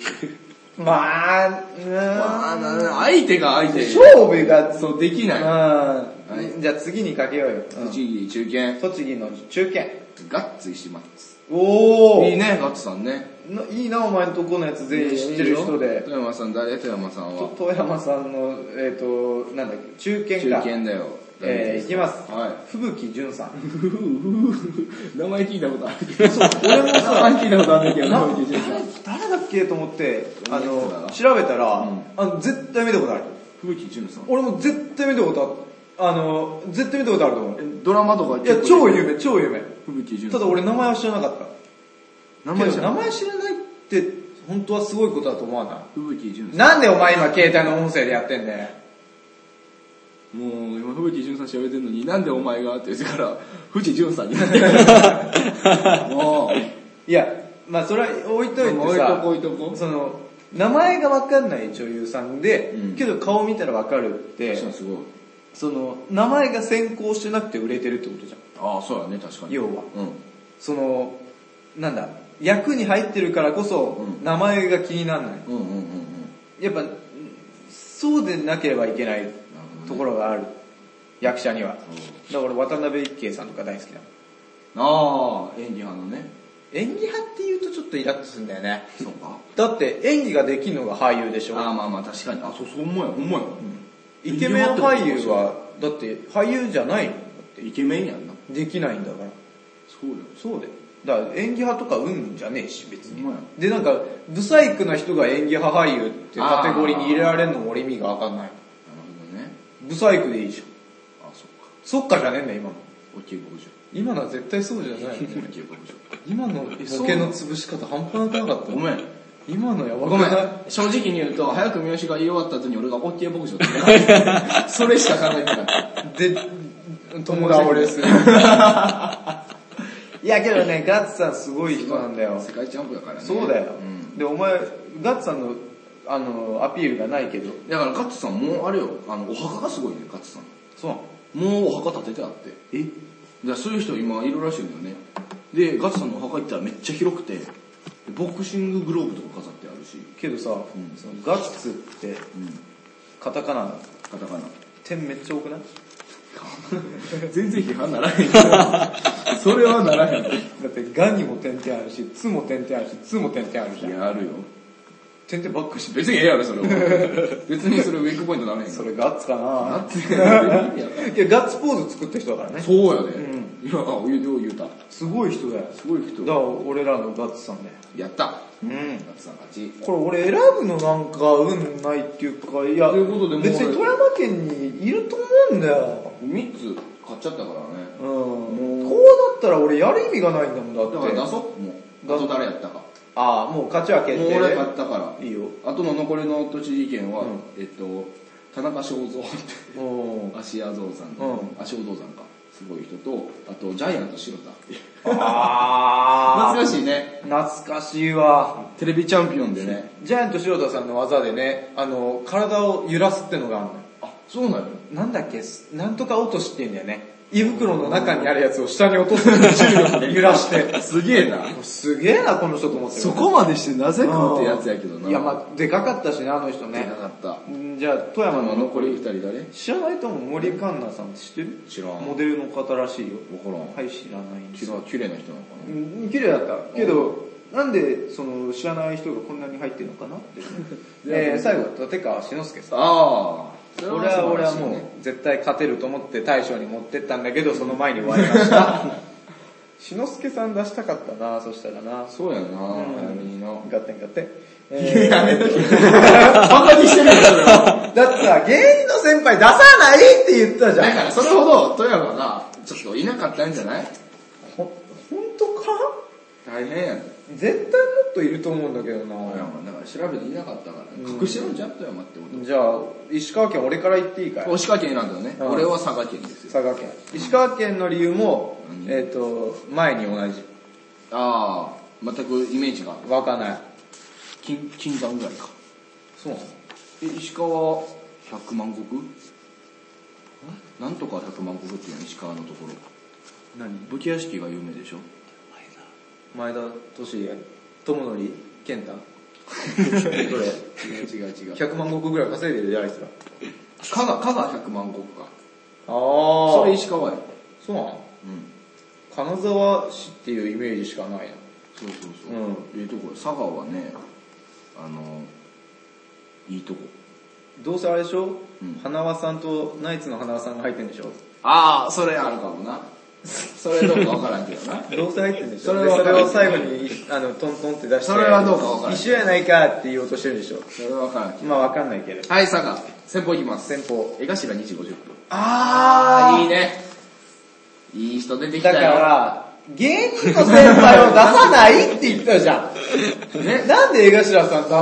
Speaker 1: まあ、うーん。
Speaker 2: まあ、なな相手が相手。
Speaker 1: 勝負が、
Speaker 2: そう、できない。
Speaker 1: う
Speaker 2: は
Speaker 1: ん。じゃあ次にかけようよ。うん
Speaker 2: 栃木中堅、
Speaker 1: 栃木の中堅。
Speaker 2: ガッツ石松。
Speaker 1: お
Speaker 2: いいね、ガッツさんね。
Speaker 1: ないいな、お前のとこのやつ全員知ってる人で。
Speaker 2: 富山さん誰富山さんは
Speaker 1: と。富山さんの、えっ、と、なんだっけ、中堅
Speaker 2: 中
Speaker 1: か。
Speaker 2: 堅だよ。
Speaker 1: えー、いきます。
Speaker 2: は
Speaker 1: 吹雪純さん。
Speaker 2: い。名前聞いたことあるけど。俺もさ、名前聞いたことあるんだけど、名前聞いてる
Speaker 1: 誰だっけと思って、あ
Speaker 2: いつだ
Speaker 1: の
Speaker 2: な、
Speaker 1: 調べたら、あの、絶対見たことある。
Speaker 8: 古木純さん。
Speaker 1: 俺も絶対見たことある。あの、絶対見たことあると思う。
Speaker 8: ドラマとか
Speaker 1: いや、
Speaker 8: 結
Speaker 1: 超
Speaker 8: 構
Speaker 1: 有名、超有名。
Speaker 8: 吹雪純
Speaker 1: ただ俺名前は知らなかった。
Speaker 8: 名
Speaker 1: け
Speaker 8: 前
Speaker 1: ど
Speaker 8: じゃ
Speaker 1: 名
Speaker 8: ん。
Speaker 1: 前知らないって、本当はすごいことだと思わな
Speaker 8: 吹雪純
Speaker 1: い
Speaker 8: さ
Speaker 1: なんでお前今携帯の音声でやってんだよ。
Speaker 8: ん。もう、今、吹雪純さん調べてんのに、なんでお前がって言ってから、藤純さんになってる。もう、
Speaker 1: いや、まあそれは置いといてさ、
Speaker 8: 置いとこ置いとこ
Speaker 1: その、名前がわかんない女優さんで、
Speaker 2: うん
Speaker 1: けど顔見たらわかるって、
Speaker 2: 確かにすごい。
Speaker 1: その、名前が先行してなくて売れてるってことじゃん。
Speaker 8: ああ、そうやね、確かに。
Speaker 1: 要は。
Speaker 2: うん。
Speaker 1: その、なんだ、役に入ってるからこそ、名前が気にならない。
Speaker 2: うんうんうんうん。
Speaker 1: やっぱ、うんそうでなければいけないところがある。役者には。だから渡辺一慶さんとか大好きだもん。
Speaker 2: ああ、演技派のね。
Speaker 1: 演技派って言うとちょっとイラッとするんだよね。
Speaker 2: そうか。
Speaker 1: だって演技ができるのが俳優でしょ
Speaker 2: ああまあまあ確かに。あ、そうそう、ほんまや、ほんまや。
Speaker 1: イケメン俳優は、だって俳優じゃないのだって。
Speaker 2: イケメンやんな。
Speaker 1: できないんだから。
Speaker 2: そうだよ。
Speaker 1: そうだよ。だから演技派とかうんじゃねえし、別に
Speaker 2: ほんまや。
Speaker 1: で、なんか、ブサイクな人が演技派俳優ってカテゴリーに入れられるのも俺意味がわかんない。
Speaker 2: なるほどね。
Speaker 1: ブサイクでいいじゃん。
Speaker 2: あ、そっか。
Speaker 1: そっかじゃねえんだよ、今の。
Speaker 2: オッケー50。
Speaker 1: 今のは絶対そうじゃないよね、
Speaker 2: オッケー50。
Speaker 1: 今のボケの潰し方半端なくなかった。
Speaker 2: ごめん。
Speaker 1: 今のやば
Speaker 8: ごめん
Speaker 1: くない。
Speaker 8: 正直に言うと、早く三好が言い終わった後に俺がオッケー牧場って言った。それしか考えてなかった。
Speaker 1: で、友倒れする。 いやけどね、ガッツさんすごい人なんだよ。
Speaker 8: 世界チャンプだからね。
Speaker 1: そうだよ。
Speaker 2: うん
Speaker 1: で、お前、ガッツさんの、あの、アピールがないけど。
Speaker 2: だからガッツさんもうあれよ、あの、お墓がすごいね、ガッツさん。
Speaker 1: そう
Speaker 2: もうお墓建ててあって。えだからそういう人今いるらしいんだよね。で、ガッツさんのお墓行ったらめっちゃ広くて、でボクシンググローブとか飾ってあるし、
Speaker 1: けどさ、そのガッツって、カタカナだ。
Speaker 2: カタカナ。
Speaker 1: 点めっちゃ多くない
Speaker 8: 全然批判ならへんけど。それはならへん。
Speaker 1: だって、ガにも点々あるし、ツも点々あるし、ツも点々あるじゃん。
Speaker 2: いや、あるよ。
Speaker 1: 点々ばっかし。
Speaker 8: 別にええやろ、それは。別にそれウィークポイントならへんから
Speaker 1: それガッツか
Speaker 8: な
Speaker 1: な
Speaker 8: っていや
Speaker 1: いや、ガッツポーズ作った人だからね。
Speaker 8: そうやね。いや、お湯量言うた。
Speaker 1: すごい人だよ。
Speaker 8: すごい
Speaker 1: だ
Speaker 8: 人
Speaker 1: から、俺らのガッツさんだよ。
Speaker 8: やった。
Speaker 1: うん。
Speaker 2: ガッツさん勝ち。
Speaker 1: これ俺選ぶのなんか運ないっていうか、いや、
Speaker 2: ということでもう
Speaker 1: 別に富山県にいると思うんだよ。
Speaker 2: 3つ買っちゃったからね。
Speaker 1: うん。こうだったら俺やる意味がないんだもんだって。
Speaker 2: だから出そう。もう。
Speaker 1: 出そ
Speaker 2: 出
Speaker 1: う
Speaker 2: そう誰やったか。も
Speaker 1: ああ、もう勝ちは
Speaker 2: う
Speaker 1: 決定で。
Speaker 2: 俺買ったから。
Speaker 1: いいよ。
Speaker 2: あとの残りの都知事権は、
Speaker 1: うん
Speaker 2: えっと、田中正造って、
Speaker 1: うん。
Speaker 2: 芦屋蔵さんの、
Speaker 1: う
Speaker 2: 芦尾蔵さんか、すごい人と、あとジャイアント白田っていう。
Speaker 1: あ
Speaker 2: 懐かしいね。
Speaker 1: あ。懐かしいわ。
Speaker 2: テレビチャンピオンでね。
Speaker 1: ジャイアント白田さんの技でね、あの、体を揺らすってのがあるのよ
Speaker 2: あ、そうなの
Speaker 1: なんだっけ、すなんとか落としって言うんだよね。胃袋の中にあるやつを下に落とす重力で揺らして。
Speaker 2: すげえな。
Speaker 1: すげえな、この人と思ってる
Speaker 2: そこまでしてなぜかってやつやけどな。
Speaker 1: いや、まあでかかったしね、あの人
Speaker 2: 出
Speaker 1: ね
Speaker 2: な。かった。
Speaker 1: んじゃあ、富
Speaker 2: あ
Speaker 1: 山
Speaker 2: の
Speaker 1: の
Speaker 2: 残
Speaker 1: 残
Speaker 2: り
Speaker 1: り。
Speaker 2: 2人誰
Speaker 1: 知らないと思う、森カンナさんって知ってる
Speaker 2: 知らん。
Speaker 1: モデルの方らしいよ。
Speaker 2: わからん。
Speaker 1: はい、知らないんで
Speaker 2: き
Speaker 1: す
Speaker 2: れい綺麗な人なのかな
Speaker 1: うん綺麗だった。けど、なんで、その、知らない人がこんなに入ってるのかな って。えー、最後、立川志の輔さん。
Speaker 2: ああ。
Speaker 1: 俺は、俺はもう、絶対勝てると思って大将に持ってったんだけど、その前に終わりま した。志の輔さん出したかったな、そしたらな。
Speaker 2: そうやな、早めにな。
Speaker 1: ガッテンガッテン。えー
Speaker 2: バカにしてるよ、それは。
Speaker 1: だってさ、芸人の先輩出さないって言ったじゃん。
Speaker 2: だから、それほど富山が、ちょっといなかったんじゃない
Speaker 1: ほ、ほんとか
Speaker 2: 大変やね
Speaker 1: 絶対もっといると思うんだけど
Speaker 2: 富
Speaker 1: な。
Speaker 2: 山、だから調べていなかったからね。隠してるんじゃん、富山ってこ
Speaker 1: じゃあ、石川県俺から言っていいかい
Speaker 2: と。石川県なんだよね。
Speaker 1: うん
Speaker 2: 俺は佐賀県ですよ。
Speaker 1: 佐賀県。石川県の理由も、
Speaker 2: 何
Speaker 1: えっ、と、前に同じ。
Speaker 2: ああ、全くイメージが。
Speaker 1: わかない。
Speaker 2: 金、金山ぐらいか。
Speaker 1: そうなの
Speaker 2: え、石川、百万石なんとか百万石っていうの、石川のところ。
Speaker 1: 何
Speaker 2: 武家屋敷が有名でしょ
Speaker 1: 前田利家、智則、健太。 どれ
Speaker 2: 違う違う違う。
Speaker 1: ?100 万石ぐらい稼いでるじゃん、あいつら。
Speaker 2: 加賀、加賀百万石か。
Speaker 1: あ
Speaker 2: それ
Speaker 1: ー。
Speaker 2: 石川や。
Speaker 1: そうなの
Speaker 2: うん。
Speaker 1: 金沢市っていうイメージしかないな。
Speaker 2: そうそうそう。
Speaker 1: うん
Speaker 2: ええとこ佐賀はね、あの、いいとこ。
Speaker 1: どうせあれでしょ、
Speaker 2: うん
Speaker 1: 花輪さんとナイツの花輪さんが入ってんでしょ
Speaker 2: ああ、それあるかもな。それどうかわからんけ どな。
Speaker 1: どうせ入ってるんでしょ
Speaker 2: それ
Speaker 1: で
Speaker 2: は
Speaker 1: それを最後に、あの、トントンって出して。
Speaker 2: それはどうかわからん
Speaker 1: 一緒やないかって言おうとしてるでしょ。
Speaker 2: それはわからんけど。
Speaker 1: まあわかんないけど。
Speaker 2: はい、佐賀。先方いきます。
Speaker 1: 先方。
Speaker 2: 江頭2時50分。
Speaker 1: あ
Speaker 2: いいね。いい人出てきた
Speaker 1: だ
Speaker 2: よ。
Speaker 1: から、芸人の先輩を出さないって言ったじゃん。ね、なんで江頭さん出す
Speaker 2: ま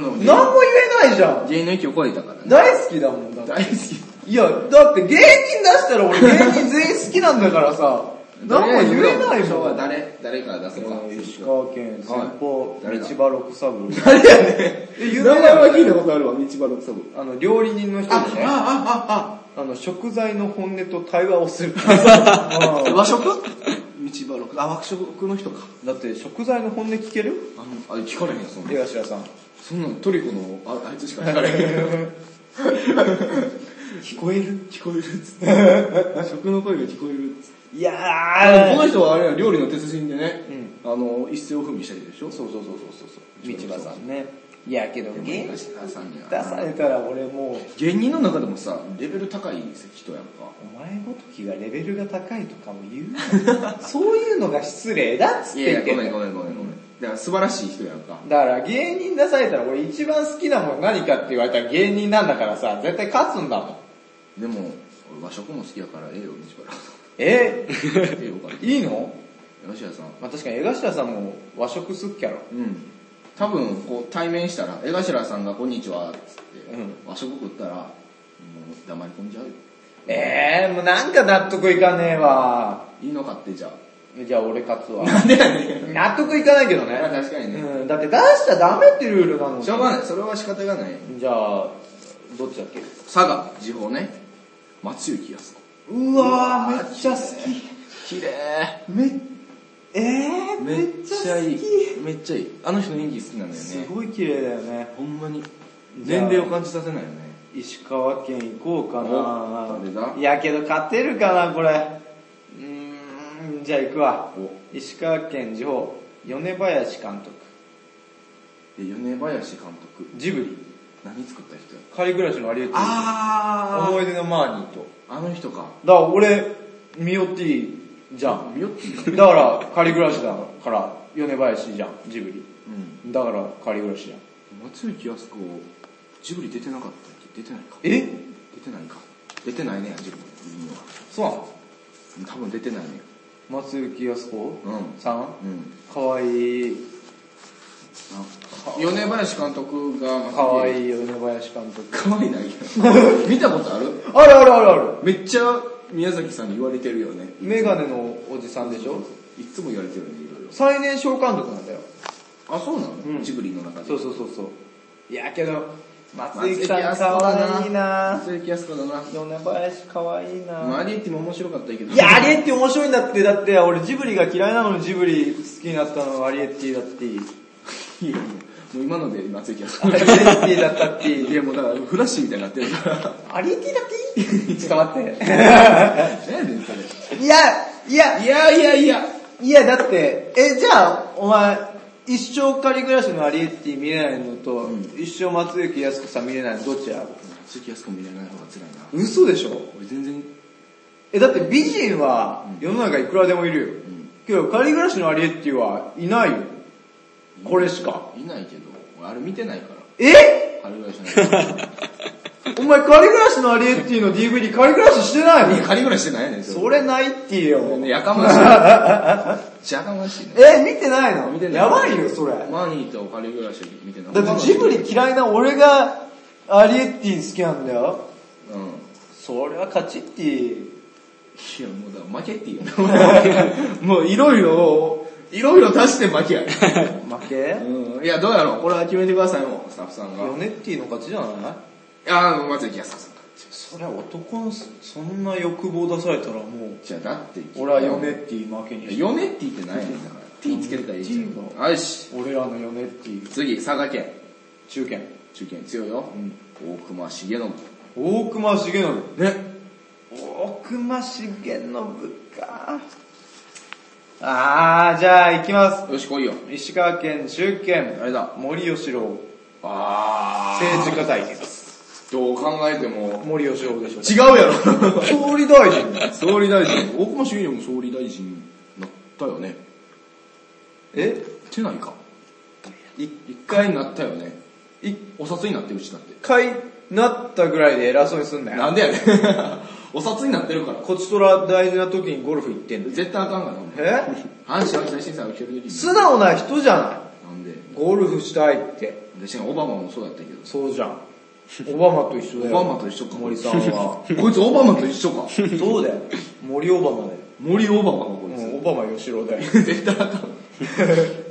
Speaker 2: あでも
Speaker 1: の何も言えないじゃん。
Speaker 2: 芸人の域を超えたからね。
Speaker 1: 大好きだもんだって。
Speaker 2: 大好き。
Speaker 1: いや、だって芸人出したら俺芸人全員好きなんだからさ、何も言えない
Speaker 2: 今日
Speaker 1: も
Speaker 2: は
Speaker 1: ん。
Speaker 2: 誰、誰から出そうか。
Speaker 1: 石川県先方、
Speaker 2: 誰だ
Speaker 1: 道場六三郎。
Speaker 2: 誰やね
Speaker 1: え有名な
Speaker 6: 聞いたことあるわ、道場六三
Speaker 1: あの、料理人の人
Speaker 2: あ、あ
Speaker 1: でね、あ
Speaker 2: あ、
Speaker 1: の、食材の本音と対話をする。
Speaker 2: あ、
Speaker 1: う
Speaker 2: あ。
Speaker 1: ん
Speaker 2: 和食道場六、あ、和食の人か。
Speaker 1: だって食材の本音聞ける
Speaker 2: あの、あ聞かれへんよ、そんな
Speaker 1: 江。頭さん。
Speaker 2: そんなのトリコの、ああいつしか聞かれへん。
Speaker 1: 聞こえる
Speaker 2: 聞こえるっつって。食の声が聞こえるっつって。
Speaker 1: いや
Speaker 2: あのこ
Speaker 1: ー、
Speaker 2: の人はあれは料理の鉄人でね、あの、一世を風靡したりでしょそうそうそうそうそう。
Speaker 1: 道場さんね。いやけど芸人
Speaker 2: 出
Speaker 1: 出
Speaker 2: さんには
Speaker 1: されたら俺もう、
Speaker 2: 芸人の中でもさ、レベル高い人やんか。
Speaker 1: お前ごときがレベルが高いとかも言う なそういうのが失礼だっつっ
Speaker 2: い
Speaker 1: て
Speaker 2: や
Speaker 1: 言っ
Speaker 2: い
Speaker 1: て
Speaker 2: や、
Speaker 1: ん
Speaker 2: ご
Speaker 1: だ
Speaker 2: めん
Speaker 1: よ
Speaker 2: ごめんごめんごめん。だから素晴らしい人やんか。
Speaker 1: だから芸人出されたら俺一番好きなもん何かって言われたら芸人なんだからさ、絶対勝つんだもん。
Speaker 2: でも、俺和食も好きやからええよ、西原。
Speaker 1: え
Speaker 2: ええよ、おか げ。
Speaker 1: いいの
Speaker 2: 吉田さん。
Speaker 1: まあ確かに江頭さんも和食好きやろ。
Speaker 2: うん。多分、こう、対面したら、江頭さんがこんにちは、っつって、
Speaker 1: うん
Speaker 2: 和食食ったら、もう黙り込んじゃうよ。
Speaker 1: ええもうなんか納得いかねえわ。
Speaker 2: いいのかって、じゃ
Speaker 1: じゃあ俺勝つわ。
Speaker 2: あ。でやねん。
Speaker 1: 納得いかないけどね。
Speaker 2: まあ確かにね
Speaker 1: うん、だって出しちゃダメってルールなのに。
Speaker 2: しょうがない、それは仕方がない。
Speaker 1: じゃあ、どっちだっけ
Speaker 2: 佐賀、地方ね。松雪康子。
Speaker 1: うわー、めっちゃ好き。
Speaker 2: 綺麗
Speaker 1: めえー、め
Speaker 2: め
Speaker 1: っ
Speaker 2: っ
Speaker 1: ち
Speaker 2: ち
Speaker 1: ゃ
Speaker 2: ゃ
Speaker 1: 好
Speaker 2: いい
Speaker 1: き。。
Speaker 2: めっちゃいい。あの人の演技好きなんだよ
Speaker 1: す
Speaker 2: ね。
Speaker 1: ごい綺麗だよね。
Speaker 2: ほんまに。
Speaker 1: じゃあ
Speaker 2: 年齢を感じさせないよね。
Speaker 1: 石川県行こうか
Speaker 2: お誰
Speaker 1: な
Speaker 2: だ
Speaker 1: いやけど勝てるかな、これ。うーん、じゃあ行くわ。石川県地方、米林監督。
Speaker 2: で、米林監督。
Speaker 1: ジブリ。
Speaker 2: 何作った人や
Speaker 1: 仮暮らしのアリエッティ。
Speaker 2: あ
Speaker 1: 思い出のマーニーと。
Speaker 2: あの人か。
Speaker 1: だから俺、ミオティじゃん。
Speaker 2: ミオッティ
Speaker 1: だから、仮暮らしだから、米林じゃん、ジブリ。
Speaker 2: うん。
Speaker 1: だから、仮暮らしじゃん。
Speaker 2: 松雪康子、ジブリ出てなかったっけ出てないか。
Speaker 1: え
Speaker 2: 出てないか。出てないね、ジブリには。
Speaker 1: そうなの
Speaker 2: 多分出てないね。
Speaker 1: 松雪康子
Speaker 2: うん
Speaker 1: さん
Speaker 2: うん。
Speaker 1: かわいい、
Speaker 2: 米林監督が、
Speaker 1: かわ
Speaker 2: い。
Speaker 1: いい米林監督。
Speaker 2: かわいいな。 見たことある
Speaker 1: あるあるあるある。
Speaker 2: めっちゃ宮崎さんに言われてるよね。
Speaker 1: メガネのおじさんでしょ
Speaker 2: いつも言われてるね、いろいろ。
Speaker 1: 最年少監督なんだよ。
Speaker 2: あ、そうなの、
Speaker 1: うん
Speaker 2: ジブリの中で。
Speaker 1: そうそうそうそう。いやけど、松雪
Speaker 2: 松
Speaker 1: さん
Speaker 2: 雪
Speaker 1: か
Speaker 2: 康子だな
Speaker 1: わいいな
Speaker 2: 松雪康子だな。
Speaker 1: 米林かわいい
Speaker 2: まあ、
Speaker 1: な
Speaker 2: アリエッティも面白かったけど。
Speaker 1: いや、アリエッティ面白いんだって。だって、俺ジブリが嫌いなのにジブリ好きになったのはアリエッティだって。
Speaker 2: いやいやもう今ので松雪康
Speaker 1: ア
Speaker 2: 子。
Speaker 1: リエッティだったっ
Speaker 2: い
Speaker 1: て。
Speaker 2: やもうだからフラッシュみたいにな ってるから。
Speaker 1: アリエッティだってちょっと待 って。
Speaker 2: 何やねんそれ。
Speaker 1: いや、いや、
Speaker 2: いやいやいや。
Speaker 1: いや、だって、え、じゃあ、お前、一生仮暮らしのアリエッティ見れないのと、一生松雪康子さん見れないのどっちや
Speaker 2: 松雪康子見れない方が辛いな。
Speaker 1: 嘘でしょ
Speaker 2: 俺全然、
Speaker 1: え、だって美人は世の中いくらでもいるよ。けど、仮暮らしのアリエッティはいないよ。これしか。
Speaker 2: いないけど、俺あれ見てないから。
Speaker 1: え
Speaker 2: 仮暮らし ない。
Speaker 1: お前仮暮らしのアリエッティの DVD 仮暮らししてないの
Speaker 2: 仮暮らししてないねん、それ。
Speaker 1: それないって言えよ。
Speaker 2: やかまし い。やかましいね。
Speaker 1: え、見てないの
Speaker 2: 見てない
Speaker 1: やばいよ、それ。
Speaker 2: マニーと仮暮らし見てない。
Speaker 1: だってジブリ嫌いな俺がアリエッティ好きなんだよ。
Speaker 2: うん。
Speaker 1: それは勝ちっていう。
Speaker 2: いや、もうだから負けっていう。 もういろいろ、いろいろ足して負けや。
Speaker 1: 負け
Speaker 2: うん。いや、どうやろうこれは決めてください、もう、スタッフさんが。
Speaker 1: ヨネッティの勝ちじゃない
Speaker 2: ああ、松井康子さん。
Speaker 1: そりゃ男のそそんな欲望出されたらもう、
Speaker 2: じゃあ、だって。
Speaker 1: 俺はヨネッティ負けにして。
Speaker 2: ヨネッティってないねんだから。T つけたらいいじ
Speaker 1: ヨネッティ
Speaker 2: ゃん。よし。
Speaker 1: 俺らのヨネッティ、
Speaker 2: 次、佐賀県。
Speaker 1: 中堅。
Speaker 2: 中堅強いよ。大隈重信。
Speaker 1: 大隈重信。
Speaker 2: ね。
Speaker 1: 大隈重信か。あー、じゃあ行きます。
Speaker 2: よし、来いよ。
Speaker 1: 石川県中堅、
Speaker 2: あれだ。
Speaker 1: 森喜朗、
Speaker 2: あ
Speaker 1: 政治家対決。
Speaker 2: どう考えても、
Speaker 1: 森吉郎でしょ。
Speaker 2: 違うやろ。
Speaker 1: 総理大臣だよ
Speaker 2: 総理大臣、大隈重信も総理大臣なったよね。
Speaker 1: え
Speaker 2: してないか。
Speaker 1: 一
Speaker 2: 一回なったよね。いお札になってるうちだって。
Speaker 1: 回なったぐらいで偉そうにすんなよ。
Speaker 2: なんでや ねん。お札になってるから。
Speaker 1: こちとら大事な時にゴルフ行ってんの。
Speaker 2: 絶対あかんがな。
Speaker 1: え
Speaker 2: 阪神・淡路大震災が起きてる時に。
Speaker 1: 素直な人じゃな
Speaker 2: なんで、
Speaker 1: い。ゴルフしたいって。
Speaker 2: で、しかもオバマもそうだったけど。
Speaker 1: そうじゃん。オバマと一緒だよ。
Speaker 2: オバマと一緒か。
Speaker 1: 森さん は。
Speaker 2: こいつオバマと一緒か。
Speaker 1: そうだよ。森オバマだよ。
Speaker 2: 森オバマのこい
Speaker 1: うん、オバマ吉郎だよ。
Speaker 2: つ。 絶対あかん。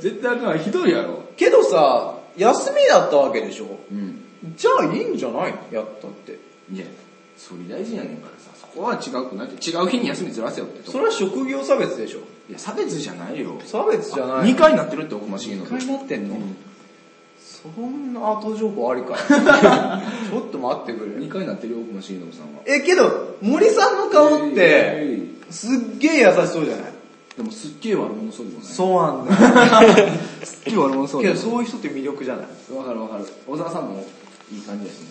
Speaker 2: 絶対あかん。ひどいやろ。
Speaker 1: けどさ、休みだったわけでしょ
Speaker 2: うん。
Speaker 1: じゃあいいんじゃないやったって。
Speaker 2: いや、総理大臣やねんからさ、そこは違うくないって。違う日に休みずらせよってと
Speaker 1: それは職業差別でしょ
Speaker 2: いや、差別じゃないよ。
Speaker 1: 差別じゃない。
Speaker 2: 2回になってるって、おこましげの。
Speaker 1: 回なってんの、
Speaker 2: うん
Speaker 1: そんな後情報ありか ちょっと待ってくれ
Speaker 2: 2。回になってるよ、おこましげのさんは。
Speaker 1: え、けど、森さんの顔っ
Speaker 2: え
Speaker 1: て、
Speaker 2: ー、
Speaker 1: すっげえ優しそうじゃない
Speaker 2: でもすっげえ悪者そうでもない。
Speaker 1: そう なんだよ。
Speaker 2: すっげえ悪者そ
Speaker 1: けど
Speaker 2: も
Speaker 1: そういう人って魅力じゃない
Speaker 2: ない。わかるわかる。小沢さんもいい感じだしね。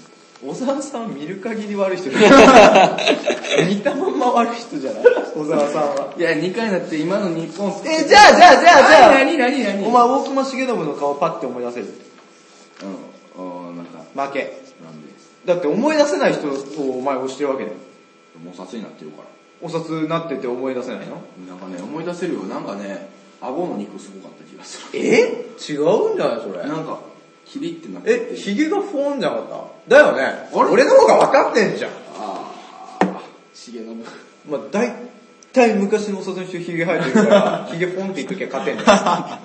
Speaker 1: 小沢さん見る限り悪い人じゃない 見たまんま悪い人じゃない小沢さんは。
Speaker 2: いや、2回になって今の日本
Speaker 1: え、じゃあじゃあじゃあじゃあ
Speaker 2: 何何何
Speaker 1: お前大隈重信の顔パッて思い出せる
Speaker 2: うん、あーなんか、
Speaker 1: 負け
Speaker 2: なんで、
Speaker 1: だって思い出せない人をお前押してるわけだよ
Speaker 2: もう札になってるから。
Speaker 1: お札なってて思い出せないの
Speaker 2: なんかね、思い出せるよ。なんかね、顎の肉すごかった気がする。
Speaker 1: え違うんじゃないそ
Speaker 2: なんか、キリってなってて
Speaker 1: え、ヒゲがフォーンじゃなかっただよね俺の方が分かってんじゃん
Speaker 2: あー、しげのぶ。
Speaker 1: まあ大体昔のお札の人ヒゲ生えてるから、 ヒゲフォンって言っときゃ勝てんだ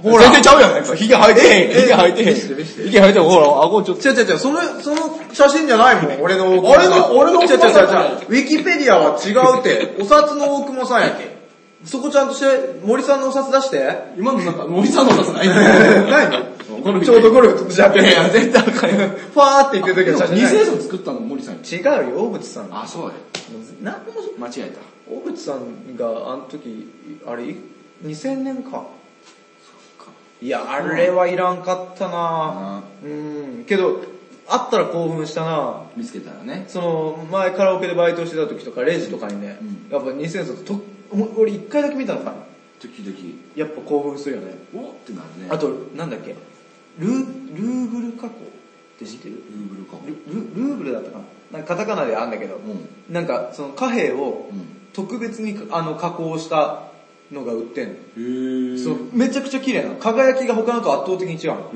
Speaker 2: ほら。全然ちゃうやん。やっぱ、髭生えてへん。髭生えてへん。髭生えてへん。ほら、顎ちょっと。
Speaker 1: よ。違う違う違う、その、その写真じゃないもん、俺の大久
Speaker 2: 俺の俺の
Speaker 1: 違う
Speaker 2: 大
Speaker 1: 違
Speaker 2: 久
Speaker 1: う
Speaker 2: 保さん
Speaker 1: 違う違う。ウィキペディアは違うって、お札の大久保さんやけ。そこちゃんとして、森さんのお札出して。
Speaker 2: 今のなんか、森さんの札ない
Speaker 1: ない
Speaker 2: ゴル
Speaker 1: の
Speaker 2: フ
Speaker 1: ちょうどゴルフとじゃって
Speaker 2: いやいや絶対あかんよ
Speaker 1: ファーって言ってる時は写
Speaker 2: 偽
Speaker 1: 真ない
Speaker 2: 札作ったの森さんや。
Speaker 1: 違うよ、大渕さん。
Speaker 2: あ、そうや。
Speaker 1: なんも
Speaker 2: 間違えた。
Speaker 1: 大渕さんがあの時、あれ、2000年か。いや、あれはいらんかったなうん。けど、あったら興奮したな
Speaker 2: 見つけたらね。
Speaker 1: その、前カラオケでバイトしてた時とか、レジとかにね、やっぱ2000冊と、ほ俺一回だけ見たのかな。
Speaker 2: 時々、
Speaker 1: やっぱ興奮するよね。
Speaker 2: おってなるね。
Speaker 1: あ、と、なんだっけ、ルー、ルーグル加工って知ってる
Speaker 2: ルーブルかも。
Speaker 1: ルルルーブルだったかななんかカタカナであんだけど、
Speaker 2: う
Speaker 1: なんかその貨幣を
Speaker 2: うん
Speaker 1: 特別にあの加工したのが売ってんの、
Speaker 2: へぇ
Speaker 1: そうめちゃくちゃ綺麗なの輝きが他のと圧倒的に違うの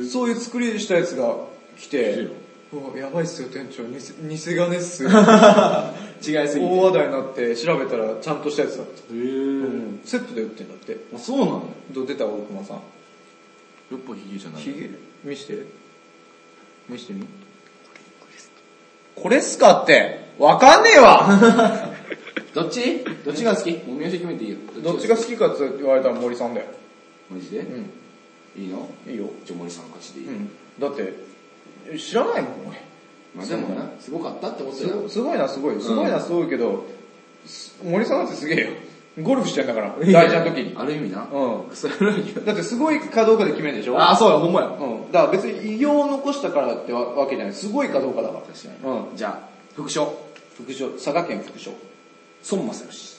Speaker 2: へぇ
Speaker 1: そういう作りしたやつが来
Speaker 2: 来て
Speaker 1: て
Speaker 2: よ
Speaker 1: 「うわやばいっすよ店長偽偽金っ すよ」
Speaker 2: 違いすぎて。
Speaker 1: 大話題になって調べたらちゃんとしたやつだった、
Speaker 2: へ
Speaker 1: うん
Speaker 2: ぇ
Speaker 1: セットで売ってんだって
Speaker 2: あ、そうなの
Speaker 1: どう出た大熊さん
Speaker 2: やっぱヒゲじゃない。
Speaker 1: ひげ見して見してみこれっすかってわかんねえ わ
Speaker 2: どっちどっちが好きもう名刺決めていいよ。
Speaker 1: どっちが好きかって言われたら森さんだよ。
Speaker 2: マジで
Speaker 1: うん。
Speaker 2: いいの
Speaker 1: いいよ。。
Speaker 2: じゃあ森さん勝ちでいいう
Speaker 1: ん。だって、知らないもん、
Speaker 2: まあでもな、すごかったってことや
Speaker 1: 俺。すごいな、すごい。すごいな、すごいけど、す森さんだってすげえよ。ゴルフしてんだから、大事な時に。
Speaker 2: ある意味な。
Speaker 1: う
Speaker 2: 腐らないよ
Speaker 1: ん。だってすごいかどうかで決めるでしょ
Speaker 2: あ、そうや、ほんまや。
Speaker 1: うん。だから別に異様を残したからってわわけじゃない。すごいかどうかだから。
Speaker 2: 確か
Speaker 1: うん。
Speaker 2: に。じゃあ、副賞。
Speaker 1: 副賞、佐賀県副賞。
Speaker 2: 孫正義。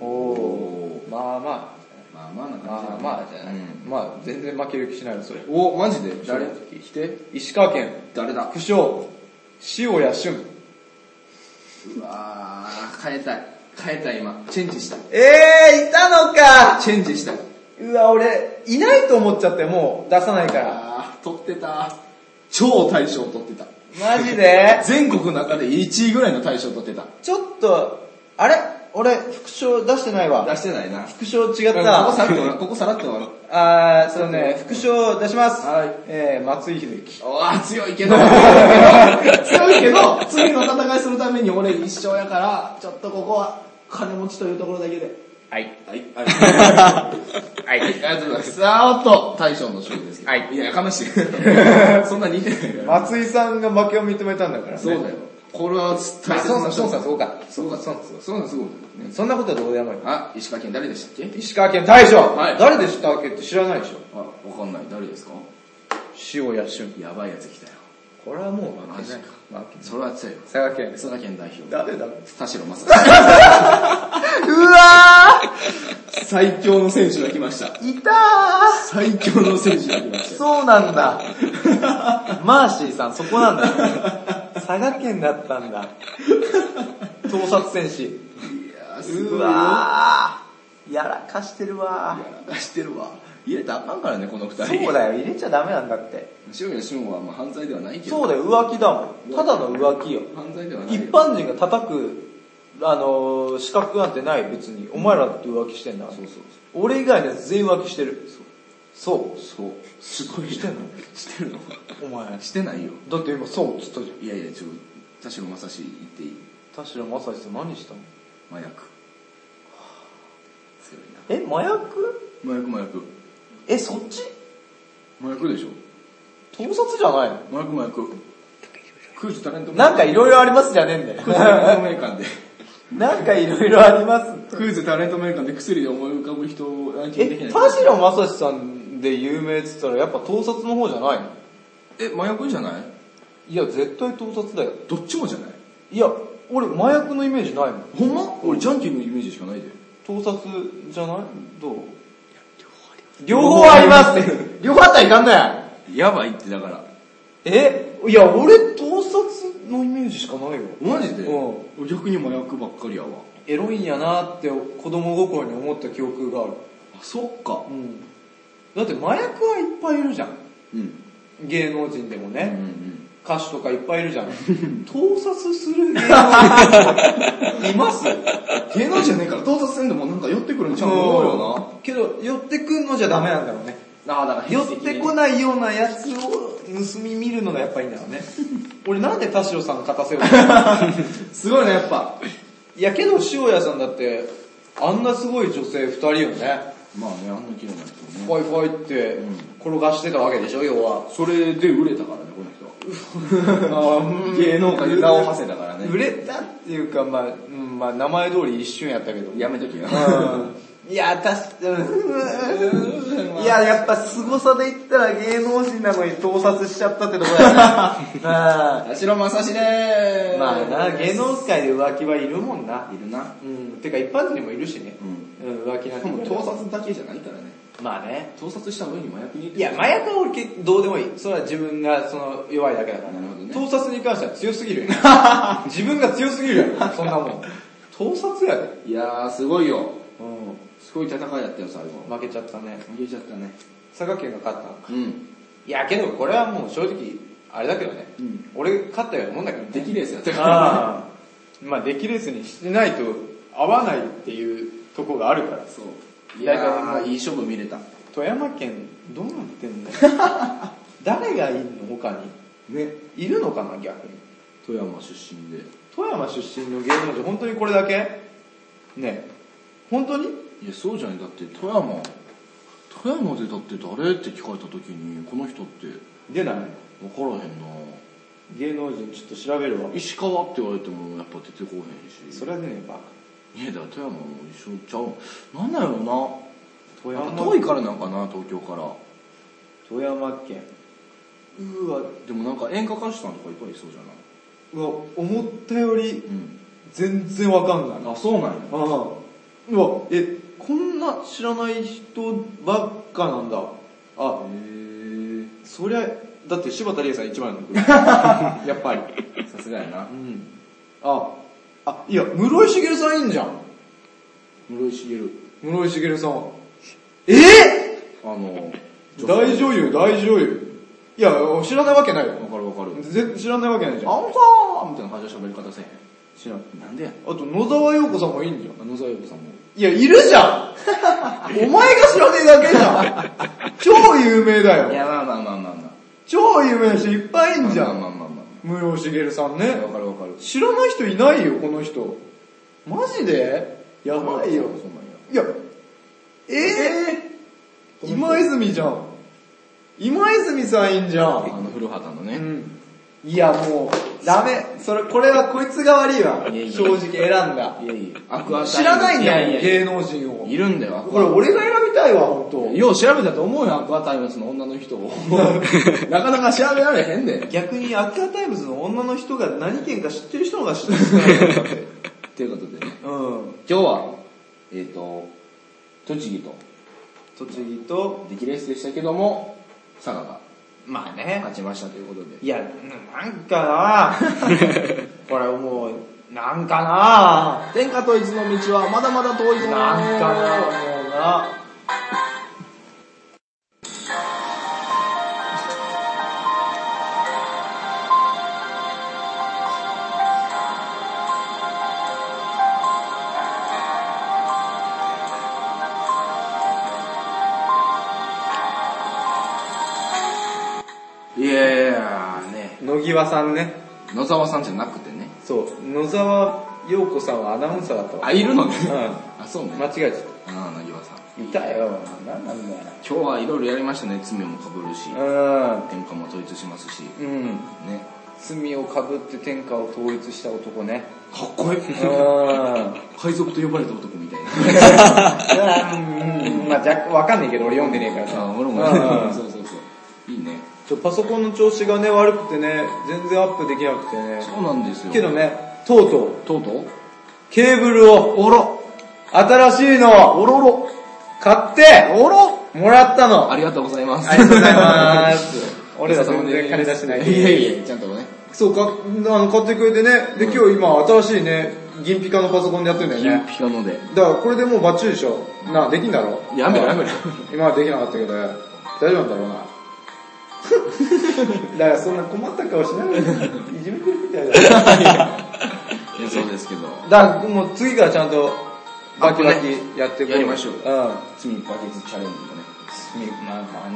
Speaker 1: お
Speaker 2: お
Speaker 1: ー。まあま
Speaker 2: まあまあな
Speaker 1: あ、まあ
Speaker 2: 感
Speaker 1: ま
Speaker 2: じ
Speaker 1: あじゃない。まあ全然負ける気しないの、それ。
Speaker 2: うん。お、マジで誰
Speaker 1: 来て石川県
Speaker 2: 誰だ
Speaker 1: 副賞、塩谷俊。
Speaker 2: うわー、変えたい。変えたい今。チェンジしたい。
Speaker 1: えー、いたのか
Speaker 2: チェンジしたい。
Speaker 1: うわ、俺、いないと思っちゃって、もう出さないから。
Speaker 2: あー、取ってた。超大賞取ってた。
Speaker 1: マジで
Speaker 2: 全国の中で1位ぐらいの大賞取ってた。
Speaker 1: ちょっと、あれ俺、副賞出してないわ。
Speaker 2: 出してないな。こ
Speaker 1: 副賞違っ
Speaker 2: こ
Speaker 1: た。
Speaker 2: さらっと終わろう、ここさらっと終わろう。
Speaker 1: あー、そうね、副賞出します。
Speaker 2: はい
Speaker 1: えー、松井秀喜。
Speaker 2: おー、強いけど、 強いけど、 次の戦いするために俺一生やから、ちょっとここは金持ちというところだけで。
Speaker 1: はい。
Speaker 2: はい。はい。ありがとうございます。さあ、おっと、大将の勝負ですけど。はい。いや、悲しい。 そんな似てないから。
Speaker 1: 松井さんが負けを認めたんだからね。
Speaker 2: そうだよ。これは大切な
Speaker 1: あ、そう
Speaker 2: 勝
Speaker 1: さん、そう
Speaker 2: 負。
Speaker 1: さん、そうか。
Speaker 2: そうだ、そうだ、そうだ、すごい。
Speaker 1: そんなことはどうでもいい。
Speaker 2: あ、石川県誰でしたっけ
Speaker 1: 石川県大将
Speaker 2: はい
Speaker 1: 誰でしたっけって知らないでしょ。
Speaker 2: あ、わかんない。誰ですか
Speaker 1: 塩谷俊。
Speaker 2: やばいやつ来たよ。
Speaker 1: これはもう負けない負
Speaker 2: マジ。
Speaker 1: けない
Speaker 2: それは強いわ。
Speaker 1: 佐賀県です。
Speaker 2: 佐賀県代表。
Speaker 1: 誰だ
Speaker 2: 田代正樹。
Speaker 1: うわ
Speaker 2: 最強の選手が来ました。
Speaker 1: ーいたー
Speaker 2: 最強の選手が来ました。
Speaker 1: そうなんだ。マーシーさん、そこなんだ。佐賀県だったんだ。盗撮戦士。うわーやらかしてるわー
Speaker 2: やらかしてるわ。入れたらあかんからね、この二人。
Speaker 1: そうだよ、入れちゃダメなんだって。
Speaker 2: 白の俊吾はまあ犯罪ではないけど。
Speaker 1: そうだよ、浮気だもん。ただの浮気よ。
Speaker 2: 犯罪ではない
Speaker 1: 一
Speaker 2: よ。
Speaker 1: 般人が叩く、あのー資格なんてない、別に。お前らだって浮気してんだから。
Speaker 2: そうそう
Speaker 1: 俺以外のやつ全員浮気してる。そう。
Speaker 2: そう。そう。すごい。
Speaker 1: してんの
Speaker 2: してるの
Speaker 1: お前。
Speaker 2: してないよ。
Speaker 1: だって今そうっつったじ
Speaker 2: いやいや、ちょ、田代正史言っていい
Speaker 1: ゃん。田代正史さん何したの
Speaker 2: 麻薬。強いな。
Speaker 1: え、麻薬
Speaker 2: 麻薬麻薬。
Speaker 1: え、そっち
Speaker 2: 麻薬でしょ
Speaker 1: 盗撮じゃないの
Speaker 2: 麻薬麻薬。空気タレント
Speaker 1: なんかいろいろありますじゃねえんだ
Speaker 2: クイズタレント
Speaker 1: よ。
Speaker 2: メーカーで。
Speaker 1: なんかいろいろあり ます。
Speaker 2: クイズタレントメーカーで薬で思い浮かぶ人をランキングできな
Speaker 1: え、
Speaker 2: い。
Speaker 1: 田代正史さんで有名っつったらやっぱ盗撮の方じゃないの
Speaker 2: え、麻薬じゃない
Speaker 1: いや、絶対盗撮だよ。
Speaker 2: どっちもじゃない
Speaker 1: いや、俺麻薬のイメージないもん。
Speaker 2: ほんま俺ジャンキーのイメージしかないで。
Speaker 1: 盗撮じゃないどう両方ありますって。 両方あったらいかんない
Speaker 2: やばいってだから。
Speaker 1: えいや、俺盗撮のイメージしかないよ。
Speaker 2: マジで
Speaker 1: うん
Speaker 2: 俺逆に麻薬ばっかりやわ。
Speaker 1: エロいんやなって子供心に思った記憶がある。
Speaker 2: あ、そっか。
Speaker 1: うん。だって麻薬はいっぱいいるじゃん。
Speaker 2: うん。
Speaker 1: 芸能人でも
Speaker 2: う
Speaker 1: ね。
Speaker 2: ん
Speaker 1: 歌手とかいっぱいいるじ ゃん。盗撮する芸能人います
Speaker 2: うん。芸能人じゃねえから盗撮せんでもなんか寄ってくるんちゃうと思うよ
Speaker 1: けど、寄ってくんのじゃダメなんだろうね。
Speaker 2: な。ああ、だから
Speaker 1: 寄ってこないようなやつを盗み見るのがやっぱいいんだろうね。俺なんで田代さん勝たせようと思ったの
Speaker 2: すごいね、やっぱ。
Speaker 1: いやけど塩屋さんだって、あんなすごい女性二人をね、
Speaker 2: まあね、あんな綺麗な人
Speaker 1: フ
Speaker 2: ね。
Speaker 1: ァイファイって転がしてたわけでしょ、要は。
Speaker 2: それで売れたからね、この人は。芸能界で名を馳せたからね。
Speaker 1: 売れたっていうか、まあ、うんまあ名前通り一瞬やったけど。
Speaker 2: やめとけよ。
Speaker 1: いや、確かに。いや、やっぱ凄さで言ったら芸能人なのに盗撮しちゃったってところだな。まあ、
Speaker 2: 田代正史でーす。
Speaker 1: まあな、芸能界で浮気はいるもんな。
Speaker 2: いるな。
Speaker 1: うん、てか一般人にもいるしね。うん、浮気なん
Speaker 2: でも
Speaker 1: て。
Speaker 2: 盗撮だけじゃないからね。
Speaker 1: まあね。
Speaker 2: 盗撮した上に麻薬に入れて
Speaker 1: いや、麻薬は俺けどうでもいい。それは自分がその弱いだけだから。
Speaker 2: なるほどね
Speaker 1: 盗撮に関しては強す ぎるよ。自分が強すぎ るよ。そんなもん。盗撮やで。
Speaker 2: いやー、すごいよ。
Speaker 1: う
Speaker 2: すごい戦いやったよ、最後。
Speaker 1: ん。負けちゃったね。
Speaker 2: 逃げちゃったね。
Speaker 1: 佐賀県が勝ったの。
Speaker 2: うん。
Speaker 1: いや、けどこれはもう正直、あれだけどね。
Speaker 2: うん
Speaker 1: 俺勝ったようなもんだけどね。
Speaker 2: 出来レースやったからね。
Speaker 1: ああ。 まあ、出来レースにしてないと合わないっていうとこがあるから。
Speaker 2: そう。
Speaker 1: い
Speaker 2: い
Speaker 1: や
Speaker 2: や
Speaker 1: ー
Speaker 2: ー、いい勝負見れた。
Speaker 1: 富山県、どうなってんの 誰がいんの他
Speaker 2: ね。
Speaker 1: に。いるのかな逆に。
Speaker 2: 富山出身で。
Speaker 1: 富山出身の芸能人、本当にこれだけねえ本当に
Speaker 2: いや、そうじゃない。だって、富山、富山でだって誰って聞かれた時に、この人って、
Speaker 1: 出ない
Speaker 2: 分からへんな
Speaker 1: 芸能人ちょっと調べるわ。
Speaker 2: 石川って言われても、やっぱ出てこへんし。
Speaker 1: それはね、バカ。
Speaker 2: いや、だから富山も一緒ちゃう。なんだろうな。
Speaker 1: 富
Speaker 2: やっ
Speaker 1: 山
Speaker 2: ぱ遠いからなんかな、東京から。
Speaker 1: 富山県。うわ、
Speaker 2: でもなんか演歌歌手さんとかいっぱいいそうじゃないう
Speaker 1: わ、思ったより
Speaker 2: う
Speaker 1: 全然わかんない。あ
Speaker 2: ん。あ、そうなんや。
Speaker 1: あ。うわ、え、こんな知らない人ばっかなんだ。あ、
Speaker 2: へ
Speaker 1: そりゃ、だって柴田理恵さん一番の グループやっぱり。
Speaker 2: え。さすがやな
Speaker 1: う。ん。あ、あ、いや、室井茂さんいいんじゃん。
Speaker 2: 室井茂。
Speaker 1: 室井茂さん。え
Speaker 2: あの、
Speaker 1: ぇ大女優、大女優。いや、知らないわけないよ。
Speaker 2: わかるわかる。
Speaker 1: 全然知らないわけないじゃん。
Speaker 2: あんさーみたいな感じの喋り方せえへ
Speaker 1: 知らん。
Speaker 2: ん。なんでやね
Speaker 1: あと、野沢陽子さんもいいんじゃん。
Speaker 2: ん。野沢陽子さんも。
Speaker 1: いや、いるじゃん お前が知らねえだけじゃ ん超有名だよ
Speaker 2: や、まあまあまあまあまあ。
Speaker 1: 超有名な人いっぱいいんじゃ
Speaker 2: まあ
Speaker 1: ん
Speaker 2: まあまあま
Speaker 1: 室し茂さん
Speaker 2: あ。
Speaker 1: ね
Speaker 2: わ。かるわかる。
Speaker 1: 知らない人いないよ、この人。マジでやばいよ。
Speaker 2: そうなんや。
Speaker 1: いや、えぇ、今泉じゃん。今泉さんいいんじゃ
Speaker 2: あ
Speaker 1: ん。
Speaker 2: の古畑の
Speaker 1: う
Speaker 2: ね。
Speaker 1: ん。いや、もう、ダメ。それ、これはこいつが悪いわ。
Speaker 2: いやいや
Speaker 1: 正直選んだ。
Speaker 2: いやいや、アクア
Speaker 1: 知らないんだ
Speaker 2: い
Speaker 1: もん、
Speaker 2: やいや
Speaker 1: 芸能人を。
Speaker 2: いるんだよ、ア
Speaker 1: こ
Speaker 2: ク
Speaker 1: れ
Speaker 2: ア。
Speaker 1: 俺が選びたいわ、本当。
Speaker 2: よう調べたと思うよ、アクアタイムズの女の人 を。なかなか調べられへんで。
Speaker 1: 逆にアクアタイムズの女の人が何県か知ってる人のが知ってる。
Speaker 2: ということでね、
Speaker 1: うん。
Speaker 2: 今日は、えっ、と、栃木と、
Speaker 1: 栃木と、
Speaker 2: 出来レースでしたけども、佐賀が
Speaker 1: まあね。
Speaker 2: 勝ちましたということで。
Speaker 1: いや、なんかな これもう、なんかな
Speaker 2: 天下統一の道はまだまだ遠いぞ
Speaker 1: なんかなもうな。
Speaker 2: いやいやね、
Speaker 1: 野際さんね。
Speaker 2: 野沢さんじゃなくてね。
Speaker 1: そう、野沢陽子さんはアナウンサーだったわ。
Speaker 2: あ、いるのね。
Speaker 1: う
Speaker 2: あ、そうね
Speaker 1: ん。。間違えちゃっ
Speaker 2: ああ、野際さん。
Speaker 1: た。いたよ。なんなんだよ。
Speaker 2: 今日はいろいろやりましたね。罪も被るし、
Speaker 1: う
Speaker 2: 天下も統一しますし、ね。
Speaker 1: ん。うん。罪をかぶって天下を統一した男 ね。
Speaker 2: かっ こいい。
Speaker 1: うん。
Speaker 2: 海賊と呼ばれた男みたい
Speaker 1: う
Speaker 2: な。
Speaker 1: んまあ、じゃ、わかんないけど俺読んでねえからさ。
Speaker 2: あ、俺もね
Speaker 1: うん。
Speaker 2: そうそうそう。いいね。
Speaker 1: ちょ、パソコンの調子がね、悪くてね、全然アップできなくてね。
Speaker 2: そうなんですよ。
Speaker 1: けど。ね、とうとう、
Speaker 2: とうとう
Speaker 1: ケーブルを、
Speaker 2: おろ
Speaker 1: 新しいのを、
Speaker 2: おろろ
Speaker 1: 買って、
Speaker 2: おろ
Speaker 1: もらったの。
Speaker 2: あ
Speaker 1: あ
Speaker 2: りがとうございます。
Speaker 1: りがとうございます。 俺ら全然金出してない
Speaker 2: いやいや、ちゃんとね。
Speaker 1: そうか、あの、買ってくれてね。で、今日今、新しいね、銀ピカのパソコンでやってんだよ
Speaker 2: 金
Speaker 1: ね。
Speaker 2: ピカので。
Speaker 1: だから、これでもうバッチリでしょ。なあ、できんだろ
Speaker 2: やめろやめろ。
Speaker 1: 今はできなかったけど、大丈夫なんだろうな。 だから、そんな困った顔しないで、いじめてるみたいだよ。
Speaker 2: いや、そうですけど。
Speaker 1: だから、もう次からちゃんと、バキバキやってこ
Speaker 2: やりましょう
Speaker 1: うん。
Speaker 2: 罪バケツチャレンジとかね。
Speaker 1: まあまあ、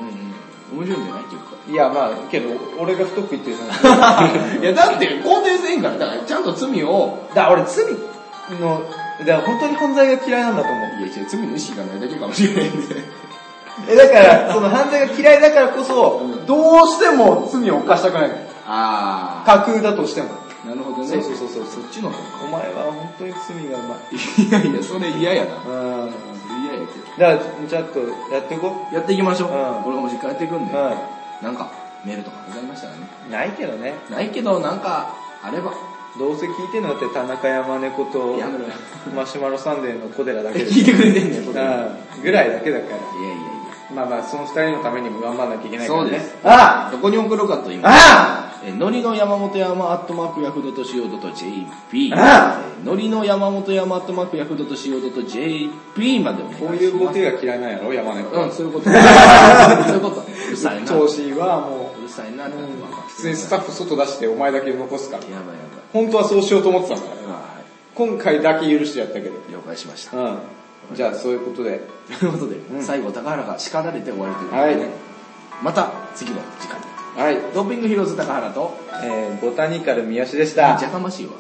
Speaker 2: 面白いんじゃない結構。
Speaker 1: いやまあ、けど、俺が太く言ってるじゃない。
Speaker 2: いや、だって、肯定せんから、だから、ちゃんと罪を、
Speaker 1: だ、俺罪の、だから本当に犯罪が嫌いなんだと思う。
Speaker 2: いや、違う罪の意識がないだけかもしれないんで。
Speaker 1: え、だから、その犯罪が嫌いだからこそ、どうしても罪を犯したくないの。
Speaker 2: あ
Speaker 1: 架空だとしても。
Speaker 2: ー。なるほどね。
Speaker 1: そうそうそうそう
Speaker 2: そっちの方か。
Speaker 1: お前は本当に罪がうまい。
Speaker 2: いやいや、それ嫌やな。
Speaker 1: うん。
Speaker 2: 嫌やけど。
Speaker 1: だから、ちょっとやっていこ
Speaker 2: やっていきましょう。
Speaker 1: うん
Speaker 2: 俺がもう実家やっていくん
Speaker 1: う。
Speaker 2: で。
Speaker 1: う
Speaker 2: なんか、メールとかございましたらね。
Speaker 1: ん。ないけどね。
Speaker 2: ないけど、なんか、あれば。
Speaker 1: どうせ聞いてんのって田中山猫と、
Speaker 2: やめろや。
Speaker 1: マシュマロサンデーの小寺だけで。
Speaker 2: 聞いてくれてんねん、
Speaker 1: う
Speaker 2: こ
Speaker 1: ん
Speaker 2: れ。いやいや
Speaker 1: ぐらいだけだから。
Speaker 2: い
Speaker 1: まあまあ、その二人のためにも頑張らなきゃいけないからね。
Speaker 2: そうですや。
Speaker 1: あ
Speaker 2: どこに送るかと言い
Speaker 1: あ
Speaker 2: ます
Speaker 1: あ
Speaker 2: えーのりの山本山アットマークヤフドと .co.jp
Speaker 1: あ
Speaker 2: えーのりの山本山アットマークヤフドと .co.jp までお願いします。
Speaker 1: こういうボケが嫌いなんやろ山根
Speaker 2: う ん、そういうこと。そういうこと。うるさいな。
Speaker 1: 調
Speaker 2: う
Speaker 1: 子はも
Speaker 2: るさいな、なんか
Speaker 1: う、普通にスタッフ外出してお前だけ残すから。
Speaker 2: やばいや
Speaker 1: 本当はそうしようと思ってたんだから
Speaker 2: ばい。。は
Speaker 1: 今回だけ許してやったけど。
Speaker 2: い、了解しました。
Speaker 1: うん。じゃあそういうことで。
Speaker 2: ということで、最後、高原が叱られて終わりということ
Speaker 1: は
Speaker 2: で
Speaker 1: い
Speaker 2: ね、。また次の時間に。
Speaker 1: はい。
Speaker 2: ドーピングヒーローズ高原と、
Speaker 1: えー、ボタニカル三好でし
Speaker 2: じ
Speaker 1: た。
Speaker 2: ゃかましいわ。